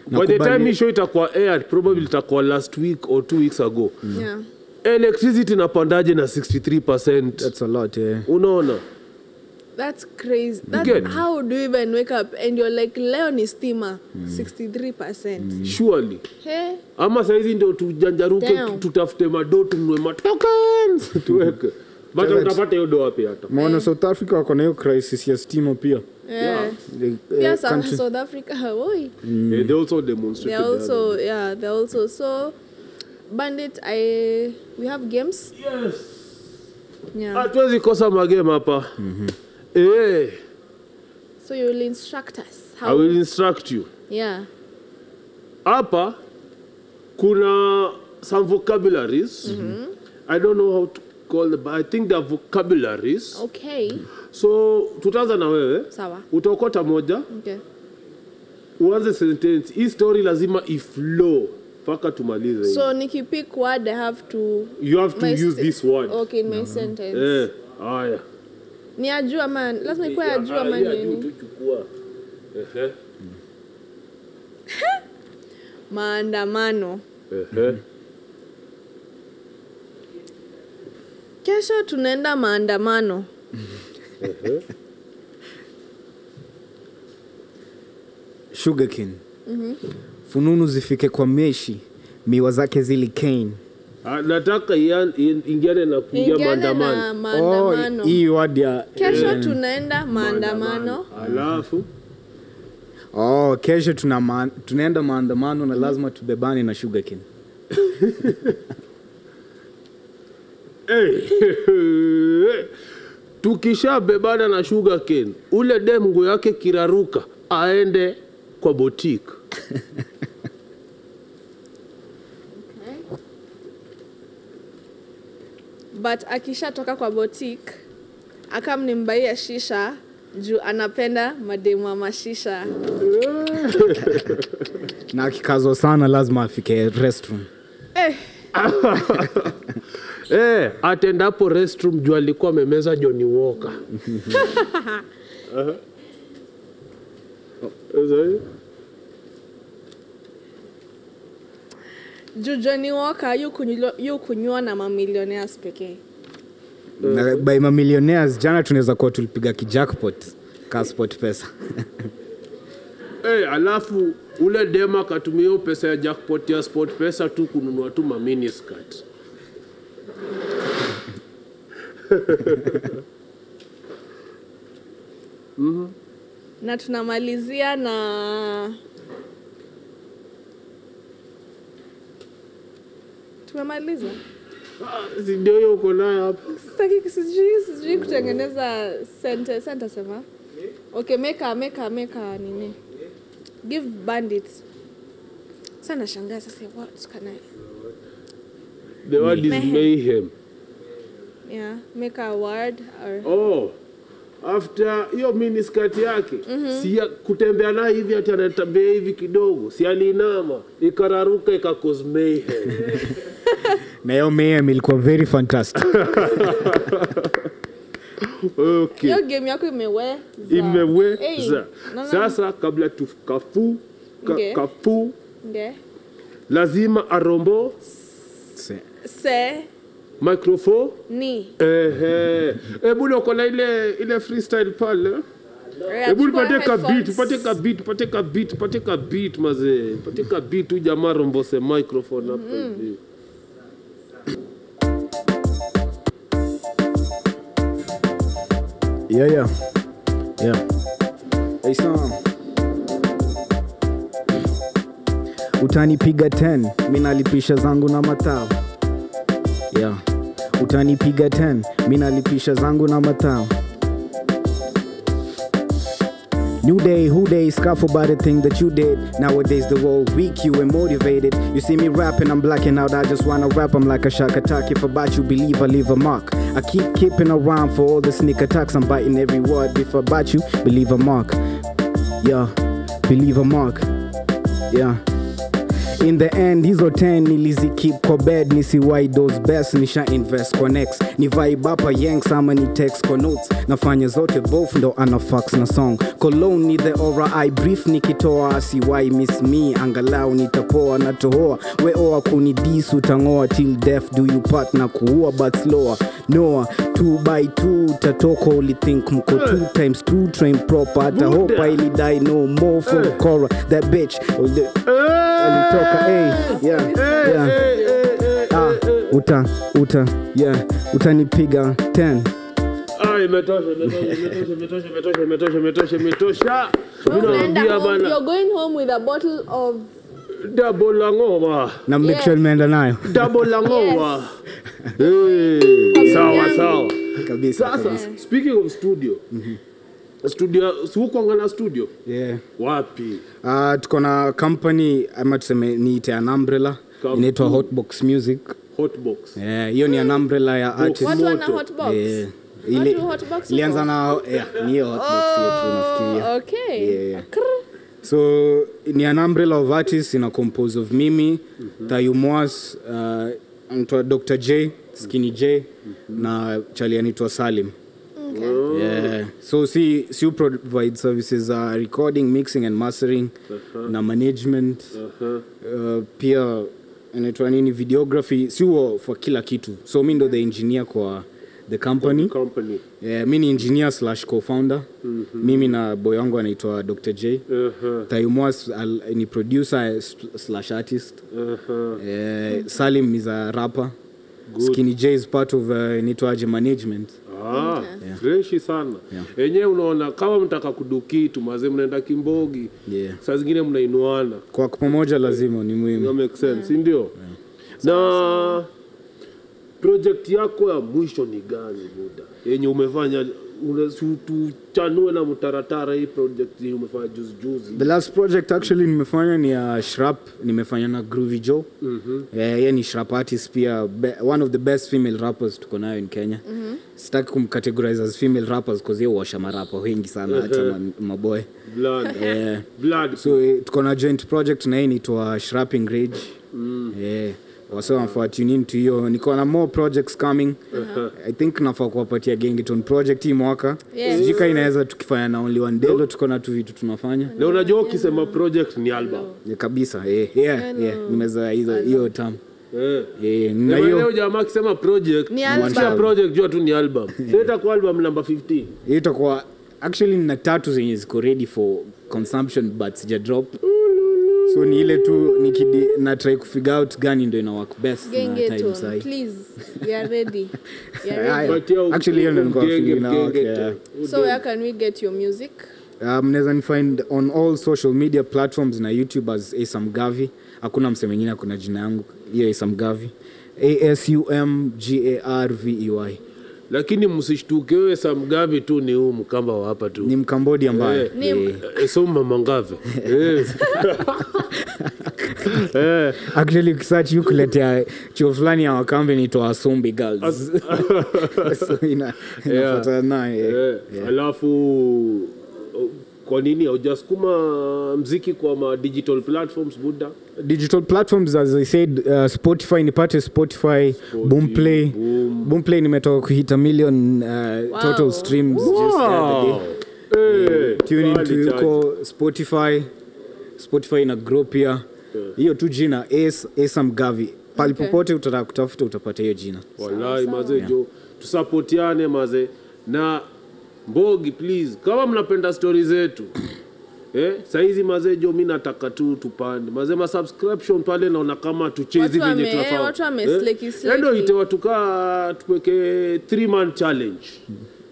by the time Nakubali- hii show itakuwa aired probably itakuwa last week or two weeks ago Mm. yeah electricity inapandaje na 63 that's a lot yeah. unaona that's crazy that, get? how do you even wake up and you're like leo ni stima 63% Mm. Mm. surely hey ama saizi ndio tujanjaruke Damn. tu- tutafute mado tununue matokens tuweke but Correct. utapata hiyo do wapi hata maona south africa wako na hiyo crisis ya stima pia yeah. Like, eh, Pia South- country- South Africa, oi. Eh, they also They're demonstrated the other also, yeah, they're also so. Bandit, I we have games. day. yes Yeah. Ah. hatuwezi kosa magema hapa eh So you will instruct us I how? will instruct you. Yeah. hapa kuna some vocabularies Mhm. i don't know how to call them, but i think they are vocabularies Okay. so tutaanza na wewe Sawa. utaokota moja Okay. uanze sentence hii story lazima iflow mpaka tumalize So nikipick word I have to you have to my use sti- this word Okay, in my sentence. eh haya Ni ajua man. Lazima ikuwe ajua Ah, man hii ajua nini. tuchukua. Ehe, Maandamano. ehe. Kesho tunaenda maandamano. sugarcane Mhm. fununu zifike kwa meshi miwa zake zili kane Ah, nataka ian- in- ingiane na kuingia Ingiane na maandamano maandamano. Oh, hii word ya Eh, Kesho tunaenda maandamano. alafu oh, kesho tuna ma, tunaenda maandamano na lazima tubebane na sugarcane Eh, tukishabebana na sugar cane ule dem nguo yake kiraruka aende kwa boutique But akishatoka kwa boutique akamnimbaiya shisha juu anapenda mademu wa mashisha. na akikazwa sana lazima afike restroom Eh, eh, atendapo restroom juu alikuwa amemeza Johnny Walker Sasa, juu Johnny Walker yu kunywa- yu kunywa na mamillionaires pekee. Eh. na by mamillionaires jana tunaweza kuwa tulipiga kijackpot kaspot pesa eh, alafu ule dem akatumia hiyo pesa ya jackpot ya sport pesa tu kununua tu maminiskirt na tunamalizia na tumemaliza Ah, ndio hiyo uko nayo hapa sitaki sijui sijui kutengeneza sente sentasema okay meka meka meka nini give bandit sa nashangaa sasa what can I the word is Mayhem. mayhem yeah make a word or oh after hiyo miniskati yake si ya- kutembea naye hivi ati anatembea hivi kidogo si alinama ikararuka ikakosmeihe na hiyo mayhem ilikuwa very fantastic okay. hiyo game yako imeweza Hey, imeweza naona- sasa kabla tukafu Nge. ka, kafu nge lazima arombo Se- se microphone ni ehe hebu uko na ile ile freestyle pale hebu nipate ka beat pate ka beat pate ka beat pate ka beat mazee pate ka beat huyu jamaa rombose microphone hapo hivi Yeah, yeah. Yeah. Hey, son. Utanipiga 10, mi nalipisha zangu na matao. Yeah. Utanipiga 10, mi nalipisha zangu na matao. New day, who day, scoff about the thing that you did. Nowadays, the world weak, you and motivated. You see me rapping, I'm blacking out. I just wanna rap, I'm like a shark attack. If I bite you, believe I leave a mark. I keep keeping around for all the sneak attacks. I'm biting every word. If I bite you, believe a mark. Yeah, believe a mark. Yeah. In the end hizo 10 nilizikip kwa bed nisiwai those best nisha invest kwa next ni vibe hapa yanks ama ni text kwa notes nafanya zote both ndo ana fax na song cologne ni the aura i brief nikitoa siwai miss me angalau nitapoa na tohoa weoa kunidis utangoa till death do you part na kuua but slower noa 2 by 2 tatoko ulithink mko 2 times 2 train proper hata Buda. hope ili die no more for Eh. cora that bitch oh, the- alitoka eh, yeah, Eh, yeah. eh, eh, eh, Ah, eh, eh. uta uta yeah utanipiga 10 Ah, imetosha, imetosha, imetosha, imetosha, imetosha, imetosha, imetosha. Mimi nawaambia bana, you're going home with a bottle of double la ngoma, na make Yes. sure nimeenda nayo double la ngoma. Eh, sawa, sawa. kabisa Sasa, speaking of studio, studio si huko ngana studio yeah. wapi uh, tuko na company ama tuseme niite an umbrella Kampuni. inaitwa hotbox music hotbox yeah, hiyo ni an umbrella ya artist Hmm. watu wana moto. hotbox Yeah. Watu Ile- hotbox ilianza huko? na yeah, ni hiyo hotbox yetu nafikiria oh, okay Yeah, yeah. Krr. so ni an umbrella of artists ina compose of mimi thayumwas uh, anaitwa dr j skini j na chali anaitwa salim Oh, yeah. so si si provide services za recording mixing and mastering na management aha. uh, pia inaitwa nini videography siuo for kila kitu so mi ndo the engineer kwa the company company yeah, mi ni engineer slash co-founder mimi na boy wangu anaitwa dr j Aha, taimua s- al- ni producer sl- slash artist aha. Eh, salim is a rapper skinny j is part of uh, inaitwaje management Ah, freshi sana enyewe unaona kama mtaka kudukitu maze mnaenda kimbogi yeah. saa zingine mnainuana kwa pamoja lazima ni muhimu That makes sense, sindio na project yako ya mwisho ni gani buda yenye umefanya una- si tuchanue na mtaratara hii project yenye umefanya juzi juzi the last project actually nimefanya ni ya shrap nimefanya na groovy joe mm-hmm. ye ni shrap artist pia be, one of the best female rappers tuko nayo in kenya mm-hmm. sitaki kumcategorize as female rappers cause ye huosha marapa wengi sana hata ma- maboy blood yeah. blood so eh, tuko na joint project na hii inaitwa shrapping rage mm. yeah. wasewafuatuninto hiyo niko na more projects coming i think nafaa kuwapatia gengiton project hii mwaka Yes. sijika inaweza tukifanya na only one delo tuko na tu vitu tunafanya na unajua ukisema project ni album yeah, kabisa yeah, yeah, yeah. nimeza hizo hiyo tam Eh. yeah, na Sema leo hiyo jamaa akisema project Ni album. ukisema project jua tu ni album seta kwa album namba 15 hiyo itakuwa actually nina tatu zenye ziko ready for consumption but sija drop so ni ile tu nikidi na try kufigure out gani ndo ina work best na time gengeton sahi please you're ready you're ready Haya. But yeah, Actually, hiyo ndo nilikuwa mgenge, feeling out, mgenge yeah. tu. so where can we get your music Uh, mnaweza ni find on all social media platforms na youtube as asam gavi hakuna mse mwingine akuna jina yangu hiyo asam gavi asumgarvey lakini msishtuke wewe samgavi tu ni huu mkamba wa hapa tu ni mkambodia ambaye Eh, Ni m- eh, Eh, so mama ngave Eh. Eh, actually ukisearch yu kuletea chuo fulani ya wakambe nitoa asumbi girls so ina- inafuatana naye eh, alafu uh, kwa nini haujasukuma mziki kwa ma digital platforms buda digital platforms as i said uh, spotify nipate spotify boomplay boomplay nimetoka kuhita million uh, wow. total streams just uh, the other day Eh, tune kali into chaji. yuko spotify spotify ina grow pia hiyo tu jina Ace- asam gavi pali Okay. popote utataka kutafuta utapata hiyo jina walai maze jo tusapotiane maze na mbogi please kama mnapenda stori zetu eh, saizi maze jo mi nataka tu tupande maze masubscription pale naona kama tuchezi Watu wame- venye tunafaa. watu wame Eh, sleki, sleki. endo ite watu kaa tupeke three man challenge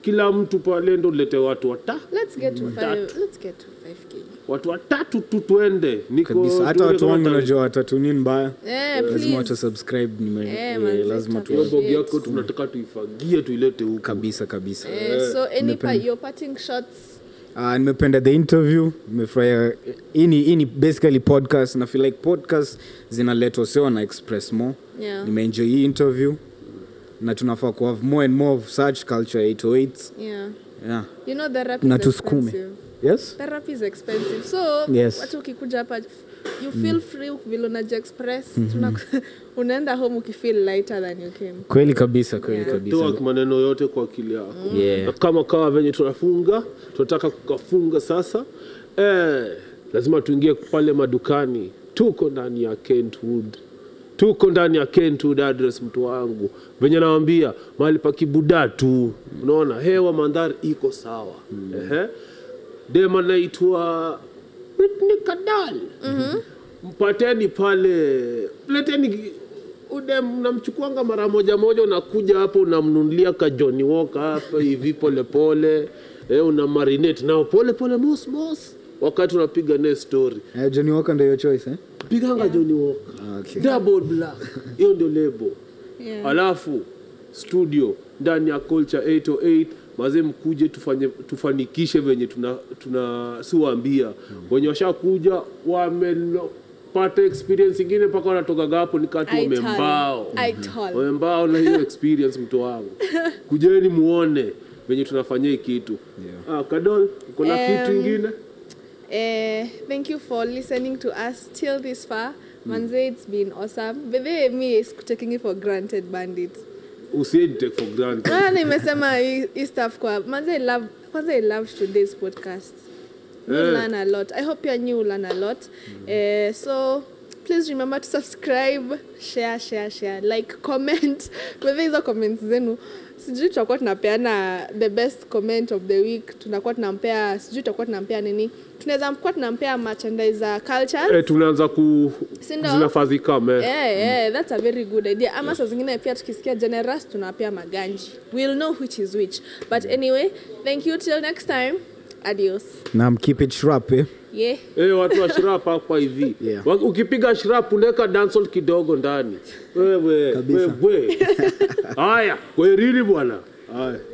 kila mtu pale ndo lete watu wata let's get Mm. to five Eh, let's get to 5k watu watatu tu tuende niko kabisa hata tuende watu kama wangu tano. najua watatu ni mbaya Eh, lazima please. watu subscribe nime Eh, eh, manze, lazima Hiyo tu tuta- mbogi yako tunataka tuifagie tuilete huku kabisa kabisa Eh, so any pa, your parting shots Uh, nimependa the interview nimefurahia hii ni- hii ni basically podcast na feel like podcast zinaletwa sio na express more Yeah. nimeenjoy hii interview na tunafaa kuhave more and more of such culture 808 yeah yeah. you know therapy na is tusukume expensive yes therapy is expensive so Yes. Mm. watu ukikuja hapa you feel free vile unaji express Mm-hmm. Tuna- unaenda home ukifeel lighter than you came kweli kabisa kweli Yeah. kabisa Mm. toa maneno yote kwa akili yako Yeah. Na kama kawa venye tunafunga tunataka kukafunga sasa eh, lazima tuingie pale madukani tuko ndani ya kentwood tuko ndani ya kentwood address mtu wangu venye nawambia mahali pa kibuda tu unaona hewa mandhari iko sawa Mm. Ehe. dem anaitwa Britney kadal Mm-hmm. mpateni pale leteni udem namchukuanga mara moja moja unakuja hapo unamnunulia ka Johnny Walker hapa hivi polepole eh, una marinate nao polepole mos mos wakati unapiga naye story Eh, Johnny Walker ndio your choice eh? piganga Johnny Walker Ah, okay. double black hiyo ndio lebo yeah. alafu studio ndani ya culture 808 maze mkuje tufanye, tufanikishe venye tuna, tuna siwaambia mm. wenye washakuja wamepata experience ingine mpaka wanatokaga hapo ni kati I tell- wamembao I tell. wamembao na hiyo experience mtu wangu kujeni muone venye tunafanya hii kitu Yeah. ah, kadol kuna um, kitu Em, ingine Eh, thank you for listening to us till this far. Manze, it's been awesome. But they, me is taking it for granted, bandits. usieni take for granted Ah, nimesema hii hii stuff kwa manze I love kwanza I love today's podcast. You Eh. learn a lot. I hope you new learn a lot. Eh, so please remember to subscribe, share, share, share, like, comment. Whether hizo comments zenu sijui tutakuwa tunapeana the best comment of the week tunakuwa tunampea sijui tutakuwa tunampea nini tunaweza kuwa tunampea merchandise za culture eh, tunaanza ku Ah. Si ndo? zinafadhi kama eh. yeah, yeah, that's a very good idea ama saa zingine pia tukisikia generous tunapea maganji we'll know which is which but anyway thank you till next time adios Nam, keep it sharp, eh? yeah Eh, watu wa shrap hapa hivi Yeah. Wa- ukipiga shrap unaweka dancehall kidogo ndani wewe Kabisa. wewe haya kwerini bwana haya